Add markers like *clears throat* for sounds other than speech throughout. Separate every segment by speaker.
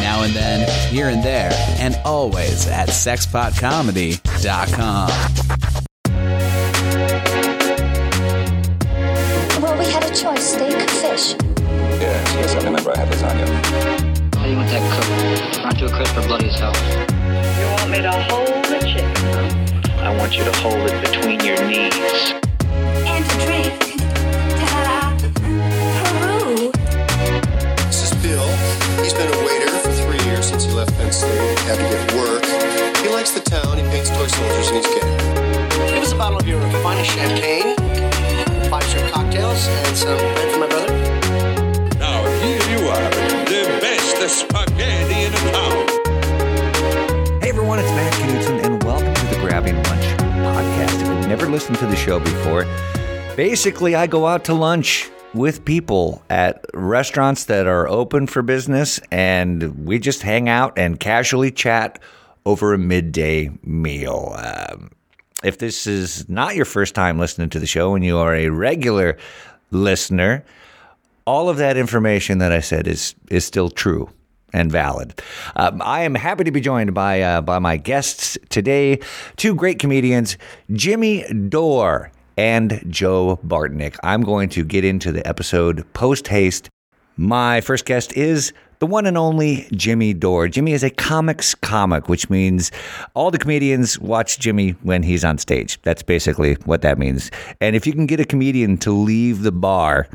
Speaker 1: now and then, here and there, and always at sexpotcomedy.com.
Speaker 2: Well, we had a choice, steak or fish.
Speaker 3: Yes, yes, I remember I had lasagna.
Speaker 4: How do you want that cooked? Not too crisp or bloody as hell.
Speaker 5: You want me to hold the chicken?
Speaker 6: I want you to hold it between your knees.
Speaker 2: And a drink. Ta-da. Peru.
Speaker 7: This is Bill. He's been a waiter for three years since he left Penn State. He had to get work. He likes the town. He paints toy soldiers and he's gay.
Speaker 8: Give us a bottle of your finest champagne, five shrimp cocktails, and some bread for my brother.
Speaker 9: Now here you are, the best spaghetti in town.
Speaker 10: Hey everyone, it's Matt Knudsen, and welcome to the Grabbing Lunch podcast. If you've never listened to the show before, basically I go out to lunch with people at restaurants that are open for business, and we just hang out and casually chat over a midday meal. Um, if this is not your first time listening to the show and you are a regular listener, all of that information that I said is is still true and valid. Um, I am happy to be joined by uh, by my guests today, two great comedians, Jimmy Dore and Joe Bartnick. I'm going to get into the episode post haste. My first guest is the one and only Jimmy Dore. Jimmy is a comics comic, which means all the comedians watch Jimmy when he's on stage. That's basically what that means. And if you can get a comedian to leave the bar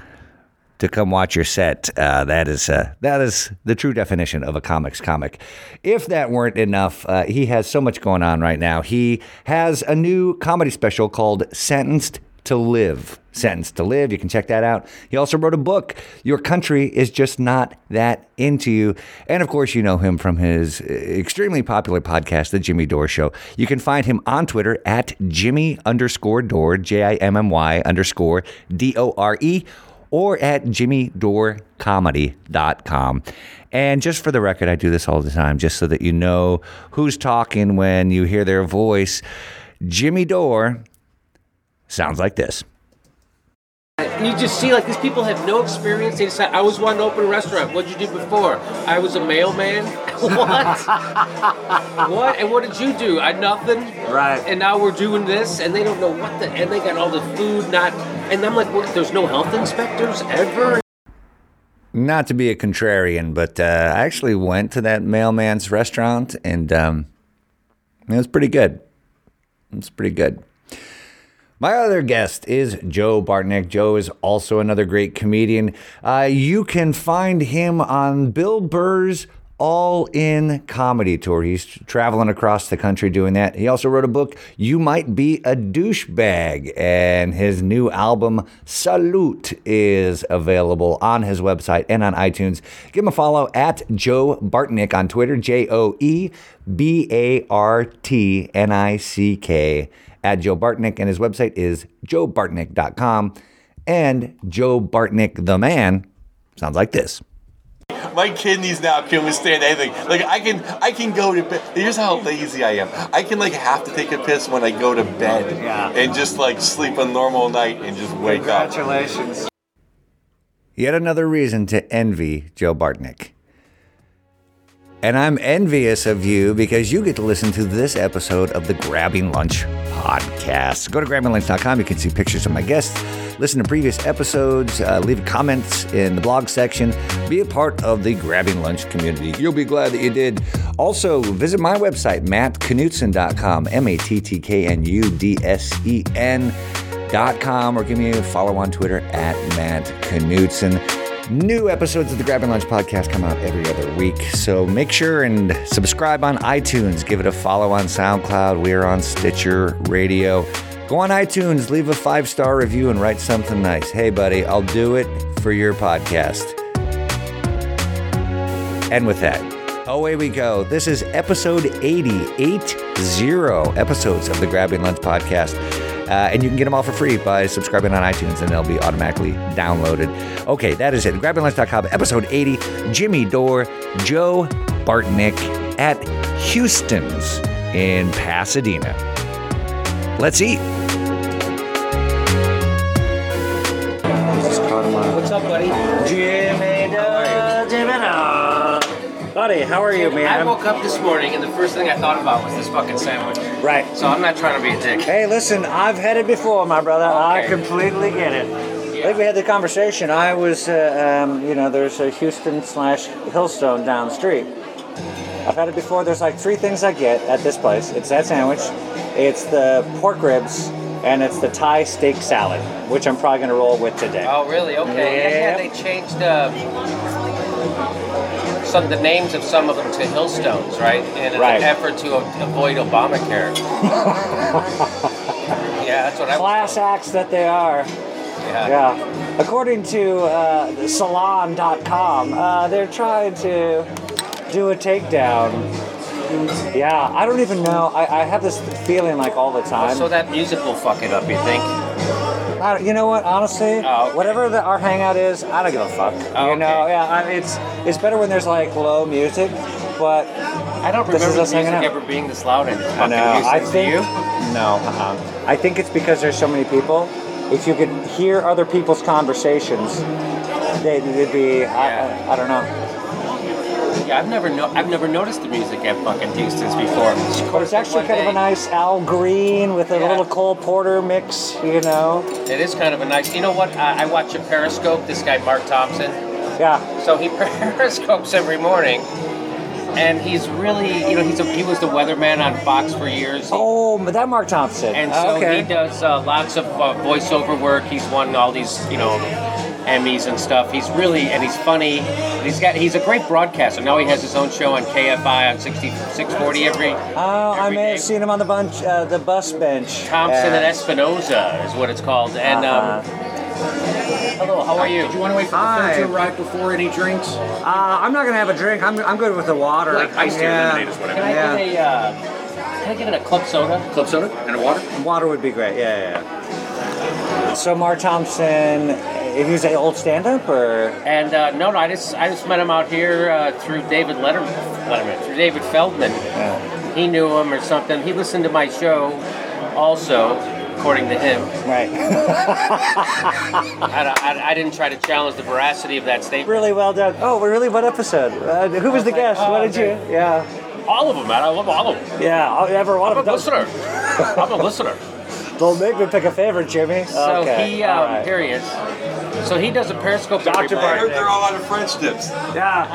Speaker 10: to come watch your set. Uh, that is uh, that is the true definition of a comics comic. If that weren't enough, uh, he has so much going on right now. He has a new comedy special called Sentenced to Live. Sentenced to Live. You can check that out. He also wrote a book. Your country is just not that into you. And of course, you know him from his extremely popular podcast, The Jimmy Dore Show. You can find him on Twitter at Jimmy underscore Dore, J I M M Y underscore D O R E or at jimmydoorcomedy.com. And just for the record, I do this all the time, just so that you know who's talking when you hear their voice. Jimmy Dore sounds like this.
Speaker 11: You just see, like, these people have no experience. They decide, I was wanting to open a restaurant. What'd you do before? I was a mailman. *laughs* what? what? And what did you do? I nothing.
Speaker 10: Right.
Speaker 11: And now we're doing this, and they don't know what the. And they got all the food not. And I'm like, what? There's no health inspectors ever.
Speaker 10: Not to be a contrarian, but uh, I actually went to that mailman's restaurant and um, it was pretty good. It was pretty good. My other guest is Joe Bartnick. Joe is also another great comedian. Uh, you can find him on Bill Burr's All In Comedy Tour. He's traveling across the country doing that. He also wrote a book, You Might Be a Douchebag, and his new album, Salute, is available on his website and on iTunes. Give him a follow at Joe Bartnick on Twitter, J O E B A R T N I C K at Joe Bartnick, and his website is joebartnick.com. And Joe Bartnick, the man, sounds like this.
Speaker 12: My kidneys now can't withstand anything. Like I can, I can go to bed. Here's how lazy I am. I can like have to take a piss when I go to bed,
Speaker 8: Yeah.
Speaker 12: and just like sleep a normal night and just wake up.
Speaker 8: Congratulations.
Speaker 10: Yet another reason to envy Joe Bartnick. And I'm envious of you because you get to listen to this episode of the Grabbing Lunch podcast. Go to grabbinglunch.com. You can see pictures of my guests, listen to previous episodes, uh, leave comments in the blog section, be a part of the Grabbing Lunch community. You'll be glad that you did. Also, visit my website, mattknudsen.com, M A T T K N U D S E N dot com or give me a follow on Twitter at Matt Knudsen. New episodes of the Grab and Lunch podcast come out every other week, so make sure and subscribe on iTunes. Give it a follow on SoundCloud. We are on Stitcher Radio. Go on iTunes, leave a five star review, and write something nice. Hey, buddy, I'll do it for your podcast. And with that, away we go. This is episode 80, 80 episodes of the Grabbing Lunch podcast. Uh, and you can get them all for free by subscribing on iTunes and they'll be automatically downloaded. Okay, that is it. GrabbingLunch.com, episode 80, Jimmy Dore, Joe Bartnick at Houston's in Pasadena. Let's eat.
Speaker 11: What's up, buddy?
Speaker 8: Jimmy Jimmy
Speaker 10: buddy, how are you, man?
Speaker 13: I woke up this morning and the first thing I thought about was this fucking sandwich.
Speaker 10: Right.
Speaker 13: So I'm not trying to be a dick.
Speaker 10: Hey, listen, I've had it before, my brother. I completely get it. I think we had the conversation. I was, uh, um, you know, there's a Houston slash Hillstone down the street. I've had it before. There's like three things I get at this place. It's that sandwich, it's the pork ribs, and it's the Thai steak salad, which I'm probably gonna roll with today.
Speaker 13: Oh, really? Okay. Yeah, yeah they changed uh, some the names of some of them to Hillstones, right? In an
Speaker 10: Right.
Speaker 13: effort to a- avoid Obamacare. yeah, that's what I.
Speaker 10: Class acts that they are.
Speaker 13: Yeah.
Speaker 10: Yeah. According to uh, salon.com, uh, they're trying to do a takedown. Yeah, I don't even know. I, I have this feeling like all the time.
Speaker 13: So that music will fuck it up, you think?
Speaker 10: I don't- you know what? Honestly, whatever the, our hangout is, I don't give a fuck. You know, yeah. I, it's it's better when there's like low music, but
Speaker 13: I don't
Speaker 10: this is
Speaker 13: remember
Speaker 10: us
Speaker 13: the music
Speaker 10: hanging out.
Speaker 13: ever being this loud in
Speaker 10: I
Speaker 13: fucking
Speaker 10: know. I
Speaker 13: Houston. Do
Speaker 10: think
Speaker 13: you?
Speaker 10: no. Uh-uh. I think it's because there's so many people. If you could hear other people's conversations, they, would be. I, I, I don't know.
Speaker 13: Yeah, I've never no- I've never noticed the music at fucking Houston's before.
Speaker 10: But it's actually kind of a nice Al Green with a little Cole Porter mix. You know.
Speaker 13: It is kind of a nice. You know what? I, I watch a Periscope. This guy Mark Thompson.
Speaker 10: Yeah.
Speaker 13: So he periscopes every morning, and he's really, you know, he's a, he was the weatherman on Fox for years.
Speaker 10: Oh, but that Mark Thompson.
Speaker 13: And so
Speaker 10: okay.
Speaker 13: he does uh, lots of uh, voiceover work. He's won all these, you know, Emmys and stuff. He's really and he's funny. And he's got he's a great broadcaster. Now he has his own show on KFI on 60, 640 every.
Speaker 10: Oh, I may have seen him on the bunch, uh, the bus bench.
Speaker 13: Thompson
Speaker 10: Yeah. Uh-huh.
Speaker 13: and Espinoza is what it's called. And um, hello, how are you?
Speaker 11: Did you want to wait for the
Speaker 10: Hi.
Speaker 11: food to arrive before any drinks?
Speaker 10: Uh, I'm not gonna have a drink. I'm, I'm good with the water. Yeah.
Speaker 13: Can I
Speaker 10: Yeah.
Speaker 13: get a uh, can I get a club soda?
Speaker 10: Club soda and a water? Water would be great, yeah, yeah, yeah. So, Mark Thompson, if he was an old stand up or.
Speaker 13: And uh, no, no, I just I just met him out here uh, through David Letterman, Letterman, through David Feldman. He knew him or something. He listened to my show, also, according to him.
Speaker 10: Right.
Speaker 13: *laughs* I, don't- I, I didn't try to challenge the veracity of that statement.
Speaker 10: Really well done. Oh, really? What episode? Uh, who was the guest?
Speaker 13: oh,
Speaker 10: what did
Speaker 13: okay.
Speaker 10: you? Yeah.
Speaker 13: All of them, man. I love all of them.
Speaker 10: Yeah, I'll- every one
Speaker 13: I'm
Speaker 10: of
Speaker 13: a
Speaker 10: them.
Speaker 13: listener. I'm a
Speaker 10: *laughs*
Speaker 13: listener.
Speaker 10: Don't make me pick a favorite, Jimmy.
Speaker 13: So
Speaker 10: okay.
Speaker 13: he, um,
Speaker 10: all right.
Speaker 13: here he is. So he does a Periscope.
Speaker 10: Dr.
Speaker 13: every morning.
Speaker 10: I heard they're
Speaker 12: all out of French dips.
Speaker 13: Yeah.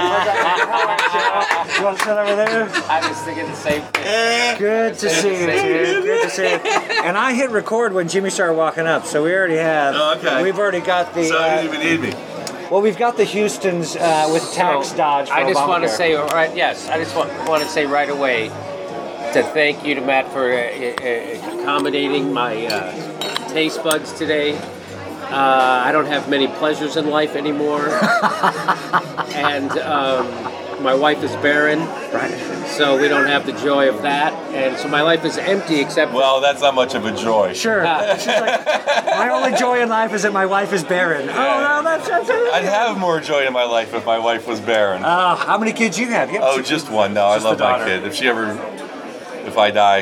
Speaker 10: you want to sit over there?
Speaker 13: I was thinking the same thing.
Speaker 10: Good to see you, dude. Good to see you. And I hit record when Jimmy started walking up, so we already have.
Speaker 12: Oh, okay.
Speaker 10: We've already got the.
Speaker 12: So
Speaker 10: uh,
Speaker 12: you didn't even need me.
Speaker 10: Well, we've got the Houston's uh, with tax
Speaker 13: So,
Speaker 10: dodge. For
Speaker 13: I just want to
Speaker 10: Obamacare.
Speaker 13: say, all right, yes, I just want, want to say right away to thank you to Matt for uh, uh, uh, accommodating my uh, taste buds today. Uh, I don't have many pleasures in life
Speaker 10: *laughs*
Speaker 13: anymore, and um, my wife is barren, right? So we don't have the joy of that, and so my life is empty except.
Speaker 12: Well, that's not much of a joy.
Speaker 10: Sure. She's like, my only joy in life is that my wife is barren. Oh no, that's that's. that's-
Speaker 12: I'd have more joy in my life if my wife was barren.
Speaker 10: Uh, how many kids you have? You have
Speaker 12: Oh,
Speaker 10: two
Speaker 12: just
Speaker 10: kids.
Speaker 12: one. No,
Speaker 10: Just
Speaker 12: I love
Speaker 10: the
Speaker 12: my
Speaker 10: daughter.
Speaker 12: kid. If she ever, if I die,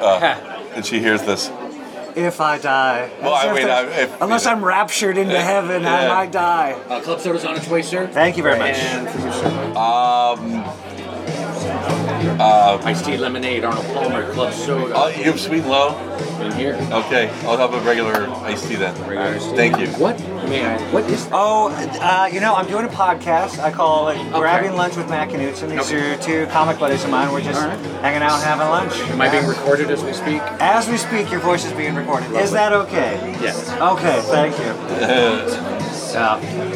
Speaker 12: uh, and she hears this,
Speaker 10: If I die.
Speaker 12: Well,
Speaker 10: As
Speaker 12: I
Speaker 10: if
Speaker 12: mean,
Speaker 10: there's-
Speaker 12: I- if-
Speaker 10: unless I'm raptured into
Speaker 12: Yeah.
Speaker 10: heaven, I
Speaker 12: Yeah.
Speaker 10: might die.
Speaker 11: Uh, club soda's on its way, sir.
Speaker 10: Thank you very much.
Speaker 11: And for you, sir.
Speaker 12: um, uh,
Speaker 11: Iced tea lemonade, Arnold Palmer, club soda.
Speaker 12: I'll, Oh, you have sweet and low.
Speaker 11: In here.
Speaker 12: Okay, I'll have a regular iced tea then. Thank you.
Speaker 11: What may I? What is?
Speaker 10: Oh, uh, you know, I'm doing a podcast. I call it Grabbing Lunch with Matt Knutson. These are two comic buddies of mine. We're just hanging out and having lunch.
Speaker 11: Am I being recorded as we speak?
Speaker 10: As we speak, your voice is being recorded. Is
Speaker 11: Lovely.
Speaker 10: that okay?
Speaker 11: Yes.
Speaker 10: Okay, thank you.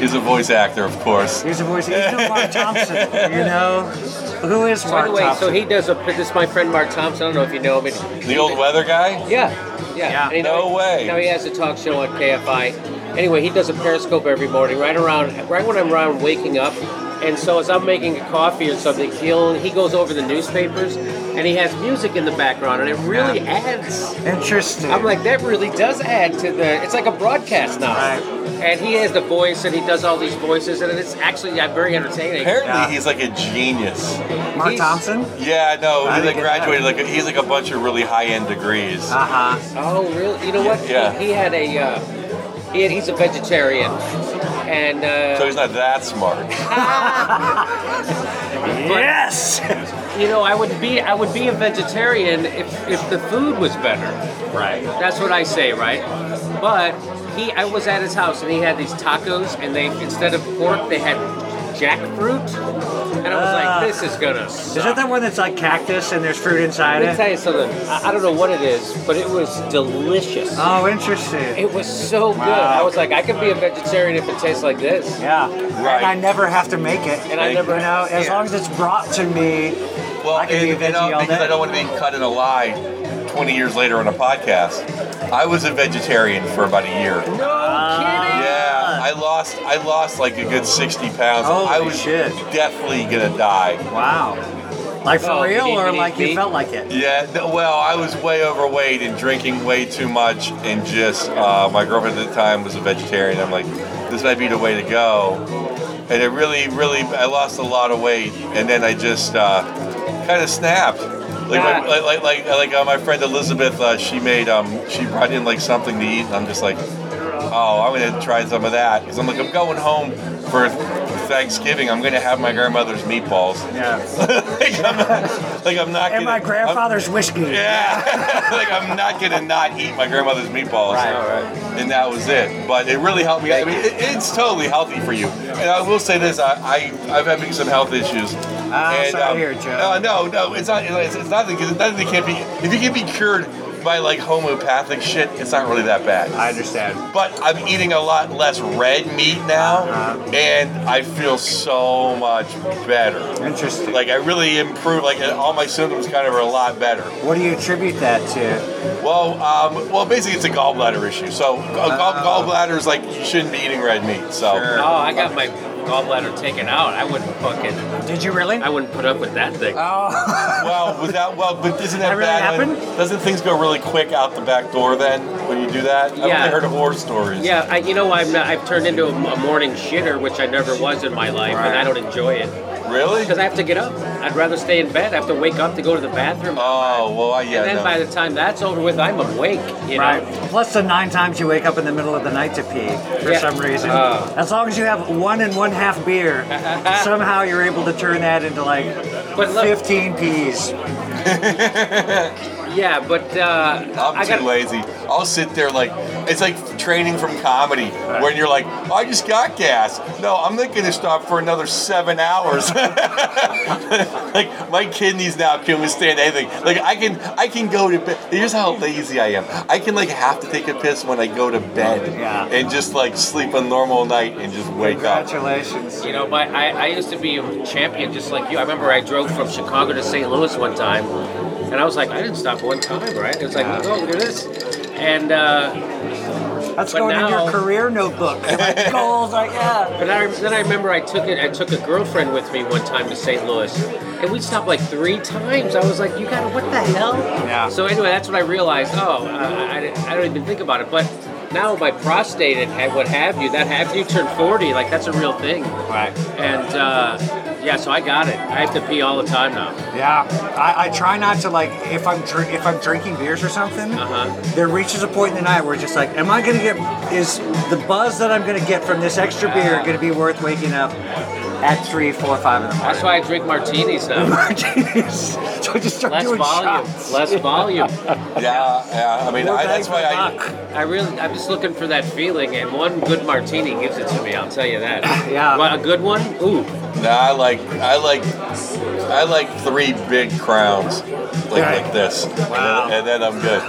Speaker 12: He's a voice actor, of course.
Speaker 10: He's a voice. He's no Mark Thompson, you know. Who is
Speaker 13: By
Speaker 10: Mark
Speaker 13: the way,
Speaker 10: Thompson?
Speaker 13: so he does a. This is my friend Mark Thompson. I don't know if you know him.
Speaker 12: The old weather guy?
Speaker 13: Yeah, yeah. And he-
Speaker 12: No way.
Speaker 13: Now he has a talk show on KFI. Anyway, he does a Periscope every morning, right around, right when I'm around waking up. And so as I'm making a coffee or something, he'll he goes over the newspapers, and he has music in the background, and it really adds.
Speaker 10: Interesting.
Speaker 13: I'm like, that really does add to the. It's like a broadcast now. And he has the voice, and he does all these voices, and it's actually yeah, very entertaining.
Speaker 12: Apparently, he's like a genius.
Speaker 10: Mark
Speaker 13: he's-
Speaker 10: Thompson?
Speaker 12: Yeah, no,
Speaker 10: I
Speaker 12: he like
Speaker 10: didn't get that.
Speaker 12: graduated like he's like a bunch of really high end degrees.
Speaker 10: Uh huh.
Speaker 13: Oh, really? You know what?
Speaker 12: Yeah.
Speaker 13: He, he had a. Uh, he had, he's a vegetarian, and uh,
Speaker 12: So he's not that smart.
Speaker 13: Yes.
Speaker 11: you know, I would be I would be a vegetarian if, if the food was better.
Speaker 14: Right.
Speaker 11: That's what I say, right? But he, I was at his house and he had these tacos, and they instead of pork, they had jackfruit, and I was like, this is gonna. Suck.
Speaker 13: Is that that one that's like cactus and there's fruit inside
Speaker 11: Let me
Speaker 13: it?
Speaker 11: tell you something. I, I don't know what it is, but it was delicious.
Speaker 13: Oh, interesting.
Speaker 11: It was so good.
Speaker 13: Wow.
Speaker 11: I was like, I could be a vegetarian if it tastes like this.
Speaker 13: Yeah. And I never have to make it.
Speaker 11: And I never-
Speaker 13: you know, as
Speaker 11: yeah.
Speaker 13: long as it's brought to me,
Speaker 12: Well,
Speaker 13: I can
Speaker 12: and,
Speaker 13: be a
Speaker 12: and, uh,
Speaker 13: veggie all
Speaker 12: because I
Speaker 13: day.
Speaker 12: don't want to be cut in a lie 20 years later on a podcast. I was a vegetarian for about a year.
Speaker 11: No kidding.
Speaker 12: Yeah, I lost. I lost like a good 60 pounds.
Speaker 13: Holy
Speaker 12: I was
Speaker 13: shit.
Speaker 12: definitely gonna die.
Speaker 13: Wow. Like for
Speaker 11: Oh,
Speaker 13: real,
Speaker 11: did he-
Speaker 13: or
Speaker 11: did he
Speaker 13: like you
Speaker 11: eat?
Speaker 13: felt like it?
Speaker 12: Yeah, th- well, I was way overweight and drinking way too much, and just uh, my girlfriend at the time was a vegetarian. I'm like, this might be the way to go, and it really, really, I lost a lot of weight, and then I just uh, kind of snapped. Like, my, like, like, like, like uh, my friend Elizabeth, uh, she made, um, she brought in like something to eat, and I'm just like, oh, I'm gonna try some of that because I'm like, I'm going home for Thanksgiving. I'm gonna have my grandmother's meatballs.
Speaker 13: Yeah.
Speaker 12: *laughs* like, I'm not, like I'm not. gonna,
Speaker 13: And my grandfather's whiskey.
Speaker 12: yeah, *laughs* like I'm not gonna not eat my grandmother's meatballs.
Speaker 13: Right.
Speaker 12: And that was it. But it really helped me. I mean, it, it's totally healthy for you. And I will say this: I, I I've having some health issues.
Speaker 13: Ah, I'm
Speaker 12: and,
Speaker 13: sorry
Speaker 12: um,
Speaker 13: to hear it, Joe.
Speaker 12: No, no, no. It's not. It's, it's not. It's nothing that can't be. If you can be cured by like homeopathic shit, it's not really that bad.
Speaker 13: I understand.
Speaker 12: But I'm eating a lot less red meat now,
Speaker 13: Uh-huh.
Speaker 12: and I feel so much better.
Speaker 13: Interesting.
Speaker 12: Like I really improved. Like all my symptoms kind of are a lot better.
Speaker 13: What do you attribute that to?
Speaker 12: Well, um, well, basically it's a gallbladder issue. So a gall-
Speaker 13: Oh.
Speaker 12: gallbladder is like you shouldn't be eating red meat. So
Speaker 11: Oh, I got my gallbladder taken out. I wouldn't fucking.
Speaker 13: Did you really? Oh.
Speaker 11: I wouldn't put up with that thing.
Speaker 12: *laughs* well, without well, but isn't that,
Speaker 13: That really
Speaker 12: bad? when- doesn't things go really quick out the back door then when you do that? I've
Speaker 11: Yeah.
Speaker 12: only heard of horror stories.
Speaker 11: Yeah, I, you know, I'm not, I've turned into a, a morning shitter, which I never was in my life, and I don't enjoy it.
Speaker 12: Really?
Speaker 11: Because I have to get up. I'd rather stay in bed. I have to wake up to go to the bathroom.
Speaker 12: Oh well, I, yeah.
Speaker 11: and then
Speaker 12: no.
Speaker 11: by the time that's over with, I'm awake. You
Speaker 13: Right.
Speaker 11: know.
Speaker 13: Plus the nine times you wake up in the middle of the night to pee for
Speaker 11: Yeah.
Speaker 13: some reason.
Speaker 11: Oh.
Speaker 13: As long as you have one and one
Speaker 11: *laughs*
Speaker 13: half beer, somehow you're able to turn that into like
Speaker 11: But look-
Speaker 13: 15
Speaker 12: *laughs*
Speaker 13: peas.
Speaker 11: Yeah, but uh,
Speaker 12: I'm
Speaker 11: I
Speaker 12: too
Speaker 11: got
Speaker 12: lazy. I'll sit there like it's like training from comedy when you're like, I just got gas. No, I'm not gonna stop for another seven hours. like my kidneys now can't withstand anything. Like I can I can go to bed. Here's how lazy I am. I can like have to take a piss when I go to bed
Speaker 13: Yeah.
Speaker 12: and just like sleep a normal night and just wake up.
Speaker 13: Congratulations.
Speaker 11: You know, my, I, I used to be a champion just like you. I remember I drove from Chicago to St. Louis one time, and I was like, I didn't stop one time, right? It was like, oh, look at this. And uh,
Speaker 13: That's
Speaker 11: But
Speaker 13: going in your
Speaker 11: now-
Speaker 13: career notebook. You're like, goals, like, yeah.
Speaker 11: but I, then I remember I took it. I took a girlfriend with me one time to St. Louis, and we stopped like three times. I was like, you got to what the hell?
Speaker 13: Yeah.
Speaker 11: So anyway, that's when I realized, oh, I, I, didn't- I don't even think about it. But now my prostate and ha- what have you, that after you turn 40, like that's a real thing.
Speaker 13: Right.
Speaker 11: And uh, yeah, so I got it. I have to pee all the time now.
Speaker 13: Yeah, I, I try not to like if I'm dr- if I'm drinking beers or something.
Speaker 11: Uh-huh.
Speaker 13: There reaches a point in the night where it's just like, am I gonna get? Is the buzz that I'm gonna get from this extra beer gonna be worth waking up at three, four, five in the morning?
Speaker 11: That's why I drink martinis now.
Speaker 13: Martinis. *laughs* so I just start
Speaker 11: Less
Speaker 13: doing
Speaker 11: volume.
Speaker 13: shots.
Speaker 11: Less volume.
Speaker 12: Yeah, yeah. I mean
Speaker 13: More
Speaker 12: I,
Speaker 13: bang
Speaker 12: that's
Speaker 13: for
Speaker 12: why I
Speaker 13: buck.
Speaker 11: I really, I'm just looking for that feeling, and one good martini gives it to me. I'll tell you that.
Speaker 13: Yeah.
Speaker 11: Well, a good one. Ooh.
Speaker 12: No, I like I like I like three big crowns like, like this.
Speaker 13: Wow.
Speaker 12: And, then, and then I'm good.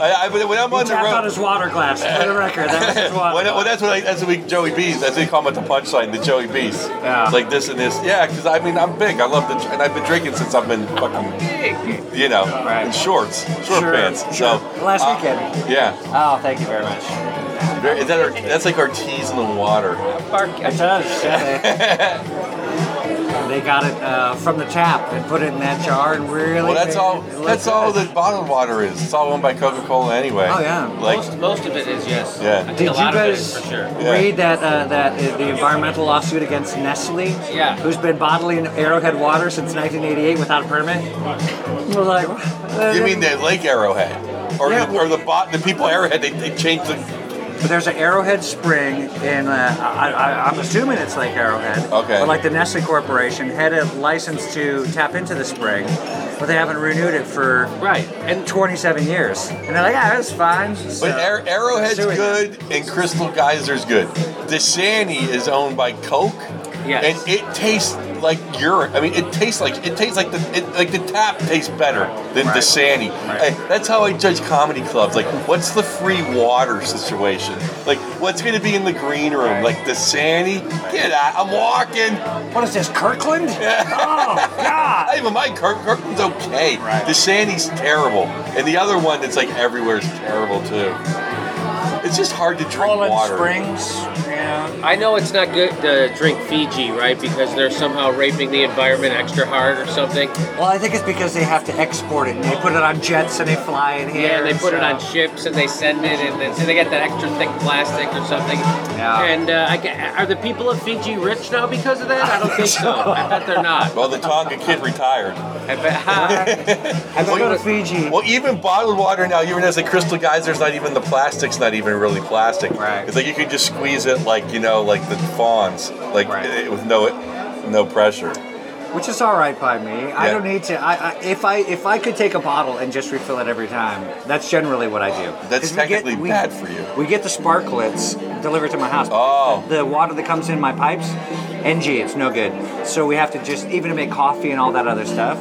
Speaker 12: I, I, when when I'm
Speaker 13: He
Speaker 12: on the
Speaker 13: tapped out
Speaker 12: road.
Speaker 13: his water glass for the record. That
Speaker 12: *laughs*
Speaker 13: was his water.
Speaker 12: Well, that- well,
Speaker 13: glass.
Speaker 12: that's what I, that's what we Joey B's. That's what we call them at the punchline, the Joey B's.
Speaker 13: Yeah.
Speaker 12: It's like this and this. Yeah, because I mean I'm big. I love the and I've been drinking since I've been fucking, you know, in shorts, short
Speaker 13: Sure,
Speaker 12: pants.
Speaker 13: sure.
Speaker 12: So
Speaker 13: Last
Speaker 12: uh,
Speaker 13: weekend.
Speaker 12: Yeah,
Speaker 13: Oh, thank you very much.
Speaker 12: Very- is that our, that's like artisanal water.
Speaker 13: It does. Yeah. they, they got it uh, from the tap and put it in that jar and really.
Speaker 12: Well, that's
Speaker 13: made
Speaker 12: all.
Speaker 13: it look
Speaker 12: That's all
Speaker 13: good.
Speaker 12: that bottled water is. It's all owned by Coca-Cola anyway.
Speaker 13: Oh, yeah.
Speaker 12: Like
Speaker 11: most, most of it is yes.
Speaker 12: Yeah.
Speaker 11: I think a
Speaker 13: Did you
Speaker 11: lot
Speaker 13: guys
Speaker 11: of it is for sure.
Speaker 12: Yeah.
Speaker 13: read that uh, that uh, the environmental lawsuit against Nestle?
Speaker 11: Yeah.
Speaker 13: Who's been bottling Arrowhead water since 1988 without a permit? We're like, uh,
Speaker 12: You mean the Lake Arrowhead, or
Speaker 13: Yeah,
Speaker 12: the,
Speaker 13: well-
Speaker 12: or the bot the people Arrowhead? They, they changed the
Speaker 10: There's an Arrowhead Spring in, uh, I, I, I'm assuming it's Lake Arrowhead.
Speaker 12: Okay.
Speaker 10: But like the Nestle Corporation had a license to tap into the spring, but they haven't renewed it for
Speaker 13: right
Speaker 10: and 27 years. And they're like, yeah, that's fine. So-
Speaker 12: But Ar- Arrowhead's
Speaker 10: Suing them.
Speaker 12: good and Crystal Geyser's good. The Shanty is owned by Coke.
Speaker 13: Yes.
Speaker 12: And it tastes like urine. I mean, it tastes like it tastes like the it, like the tap tastes better than the
Speaker 13: Right.
Speaker 12: Shanty. I- that's how I judge comedy clubs. Like, what's the free water situation? Like, what's going to be in the green room? Like the Shanty? Get out! I'm walking.
Speaker 10: What is this, Kirkland? Oh God!
Speaker 12: I even mind Kirk, Kirkland's okay. The Shanty's terrible, and the other one that's like everywhere is terrible too. It's just hard to drink water.
Speaker 10: Springs. Yeah.
Speaker 13: I know it's not good to drink Fiji, right? Because they're somehow raping the environment extra hard or something.
Speaker 10: Well, I think it's because they have to export it. And they put it on jets and they fly it here.
Speaker 13: Yeah, and they put it
Speaker 10: so-
Speaker 13: on ships and they send it, and then so they get that extra thick plastic or something.
Speaker 10: Yeah.
Speaker 13: And uh, I, ca- are the people of Fiji rich now because of that? I don't think so. I bet they're not.
Speaker 12: *laughs* Well, the Tonga kid retired.
Speaker 13: I bet.
Speaker 10: I go to Fiji.
Speaker 12: Well, even bottled water now, even as a crystal geyser's not even the plastic's not even really plastic. Right. It's like you can just squeeze it like you know, like the fawns, like eh, with no no pressure.
Speaker 10: Which is all right by me. I
Speaker 12: Yeah.
Speaker 10: don't need to. I, I if I if I could take a bottle and just refill it every time, that's generally what I do.
Speaker 12: That's
Speaker 10: 'Cause we get-
Speaker 12: technically
Speaker 10: we-
Speaker 12: bad for you.
Speaker 10: We get the sparklets delivered to my house.
Speaker 12: Oh.
Speaker 10: The, the water that comes in my pipes, NG, it's no good. So we have to just even to make coffee and all that other stuff.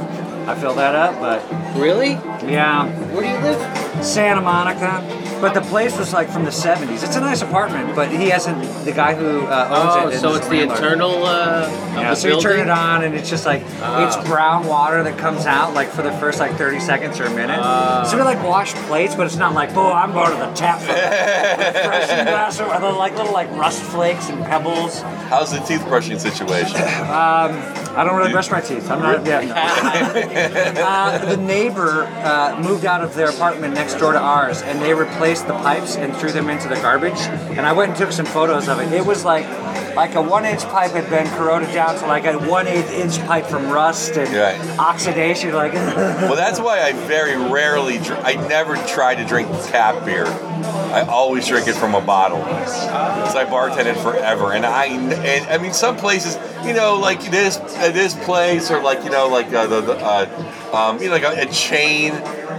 Speaker 10: I fill that up, but
Speaker 13: really?
Speaker 10: yeah,
Speaker 13: Where do you live?
Speaker 10: Santa Monica. But the place was like from the 70s. It's a nice apartment, but he hasn't. The guy who uh,
Speaker 13: Oh,
Speaker 10: owns it.
Speaker 13: so
Speaker 10: is
Speaker 13: it's the
Speaker 10: landlord.
Speaker 13: internal uh,
Speaker 10: Yeah,
Speaker 13: of the
Speaker 10: so you
Speaker 13: building.
Speaker 10: turn it on and it's just like
Speaker 13: Ah.
Speaker 10: it's brown water that comes out like for the first like 30 seconds or a minute.
Speaker 13: Uh.
Speaker 10: so we like wash plates, but it's not like oh I'm going to the tap
Speaker 13: *laughs*
Speaker 10: for refreshing glass or other like little like rust flakes and pebbles.
Speaker 12: How's the teeth brushing situation?
Speaker 10: Um, I don't really brush my teeth. I'm not. Yeah. no. uh, the neighbor uh, moved out of their apartment next door to ours, and they replaced the pipes and threw them into the garbage. And I went and took some photos of it. It was like like a one-inch pipe had been corroded down to like a one-eighth inch pipe from rust and
Speaker 12: Right.
Speaker 10: oxidation. Like, *laughs*
Speaker 12: Well, that's why I very rarely, dr- I never try to drink tap beer. I always drink it from a bottle. Because I bartended forever, and I, and I mean, some places, you know, like this, uh, this place, or like you know, like uh, the, the uh, um, you know, like a, a chain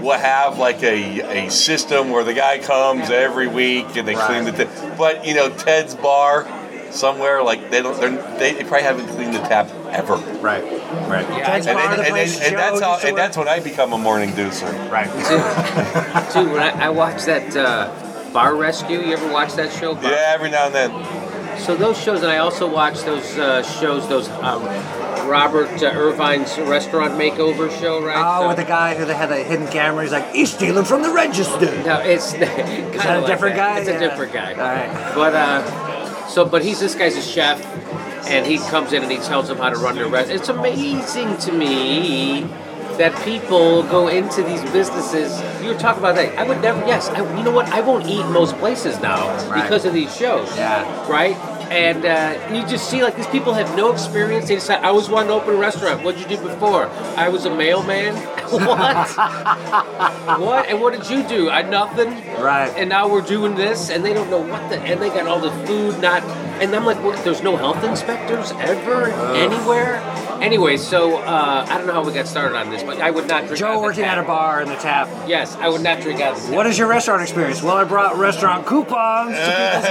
Speaker 12: will have like a, a system where the guy comes every week and they clean the. T- but you know, Ted's bar, somewhere like they don't, they're, they, they probably haven't cleaned the tap ever.
Speaker 10: Right. Right.
Speaker 12: And, then- and, then- and that's how, and that's when I become a morning deucer.
Speaker 10: Right.
Speaker 13: Dude, when I, I watched that uh, Bar Rescue, you ever watch that show? Bar-
Speaker 12: Yeah, every now and then.
Speaker 13: So those shows, and I also watch those uh, shows, those um, Robert uh, Irvine's restaurant makeover show, right?
Speaker 10: Oh,
Speaker 13: So-
Speaker 10: with the guy who had the hidden camera, he's like, he's stealing from the register.
Speaker 13: *laughs* No, it's kind
Speaker 10: that a different guy?
Speaker 13: It's
Speaker 10: Yeah.
Speaker 13: a different guy.
Speaker 10: All right.
Speaker 13: But uh, so, but he's this guy's a chef, and he comes in and he tells them how to run their restaurant. It's amazing to me that people go into these businesses. You were talking about that. I would never. Yes, I, you know what? I won't eat in most places now
Speaker 10: Right.
Speaker 13: because of these shows.
Speaker 10: Yeah.
Speaker 13: Right. And uh, you just see like these people have no experience. They decide, I was one open a restaurant. What'd you do before? I was a mailman. *laughs* what? What? And what did you do? I nothing.
Speaker 10: Right.
Speaker 13: And now we're doing this, and they don't know what the. And they got all the food not. And I'm like, what? There's no health inspectors ever anywhere. Anyway, so uh, I don't know how we got started on this, but I would not drink. out
Speaker 10: Joe
Speaker 13: of the
Speaker 10: working
Speaker 13: tap.
Speaker 10: at a bar in the tap.
Speaker 13: Yes, I would not drink out of the.
Speaker 10: What is your restaurant experience? Well, I brought restaurant coupons to
Speaker 12: *laughs*
Speaker 10: people's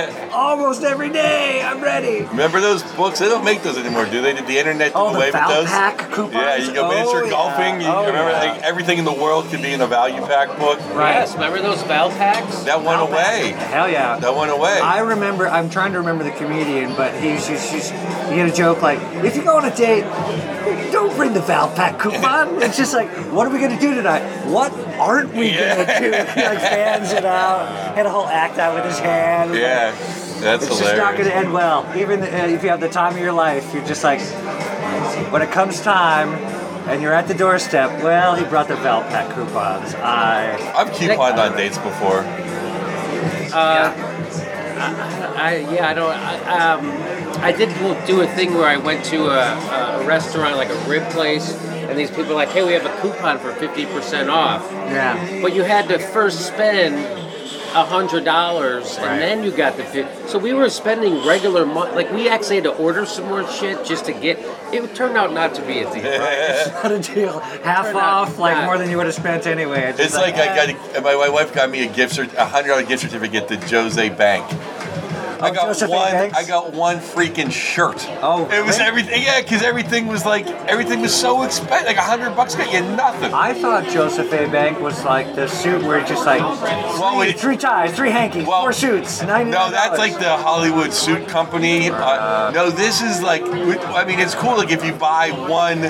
Speaker 10: house almost every day. I'm ready.
Speaker 12: Remember those books? They don't make those anymore, do they? Did the internet do
Speaker 10: Oh, the
Speaker 12: away with
Speaker 10: Val
Speaker 12: those?
Speaker 10: Pack coupons?
Speaker 12: Yeah, you go
Speaker 10: Oh,
Speaker 12: miniature
Speaker 10: yeah.
Speaker 12: golfing. You
Speaker 10: Oh,
Speaker 12: remember
Speaker 10: yeah.
Speaker 12: like, everything in the world could be in a value pack book.
Speaker 10: Right.
Speaker 13: Yes, remember those bell packs?
Speaker 12: That went away.
Speaker 10: Hell yeah.
Speaker 12: That went away.
Speaker 10: I remember. I'm trying to remember the comedian, but he's just, he's he had a joke like, if you go on a date, don't bring the Valpak coupon. it's just like, what are we gonna do tonight? What aren't we gonna do? like fans it out. Had a whole act out with his hand.
Speaker 12: yeah, that's hilarious.
Speaker 10: it's just not going to end well. Even uh, if you have the time of your life, you're just like, when it comes time and you're at the doorstep, well, he brought the Valpak coupons. I.
Speaker 12: I've couponed on dates before.
Speaker 13: Uh, I, I yeah, I don't. I, um, I did do a thing where I went to a, a restaurant, like a rib place, and these people were like, "Hey, we have a coupon for fifty percent off."
Speaker 10: Yeah.
Speaker 13: But you had to first spend
Speaker 11: hundred dollars, and then you got the fifty. So we were spending regular money. Like
Speaker 13: *laughs*
Speaker 11: we actually had to order some more shit just to get. It turned out not to be a deal. Right?
Speaker 13: Not a deal. Half
Speaker 11: Or not-
Speaker 13: off, like
Speaker 11: not.
Speaker 13: more than you would have spent anyway.
Speaker 12: It's
Speaker 13: just
Speaker 12: like
Speaker 13: eh.
Speaker 12: I got a, my, my wife got me a gift cert, a hundred dollar gift certificate to Jose Bank. I got
Speaker 13: Joseph A.
Speaker 12: one.
Speaker 13: Oh, Banks?
Speaker 12: I got one freaking shirt.
Speaker 13: Oh,
Speaker 12: it was
Speaker 13: really?
Speaker 12: everything. Yeah, because everything was like everything was so expensive. Like a hundred bucks got you nothing.
Speaker 13: I thought Joseph A. Bank was like the suit where it's just like
Speaker 12: Well,
Speaker 13: three,
Speaker 12: it-
Speaker 13: three ties, three hankies, four suits. $99.
Speaker 12: No, that's like the Hollywood suit company. Uh, no, this is like, I mean, it's cool. Like if you buy one,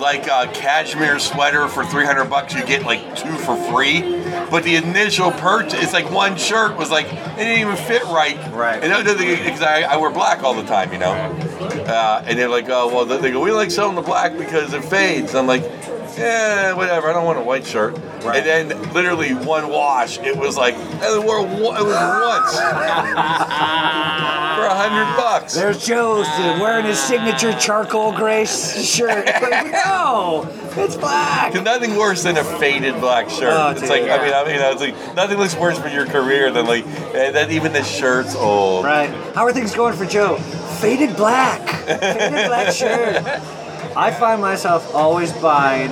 Speaker 12: like uh, cashmere sweater for three hundred bucks, you get like two for free. But the initial purchase, it's like one shirt was like it didn't even fit right. Right. And because I, I wear black all the time, you know. Uh, and they're like, oh well, they go, we like selling the black because it fades. I'm like, yeah, whatever. I don't want a white shirt. And then literally one wash, it was like, I wore one, it was once for a hundred bucks.
Speaker 13: There's Joe's dude, wearing his signature charcoal gray s- shirt. It's like, no, it's black.
Speaker 12: There's nothing worse than a faded black shirt.
Speaker 13: Oh,
Speaker 12: it's
Speaker 13: dude,
Speaker 12: like I
Speaker 13: yeah.
Speaker 12: mean, I mean, you know, it's like nothing looks worse for your career than like eh, that. Even the shirt's old.
Speaker 13: Right. How are things going for Joe? Faded black.
Speaker 12: *laughs*
Speaker 13: Faded black shirt. I find myself always buying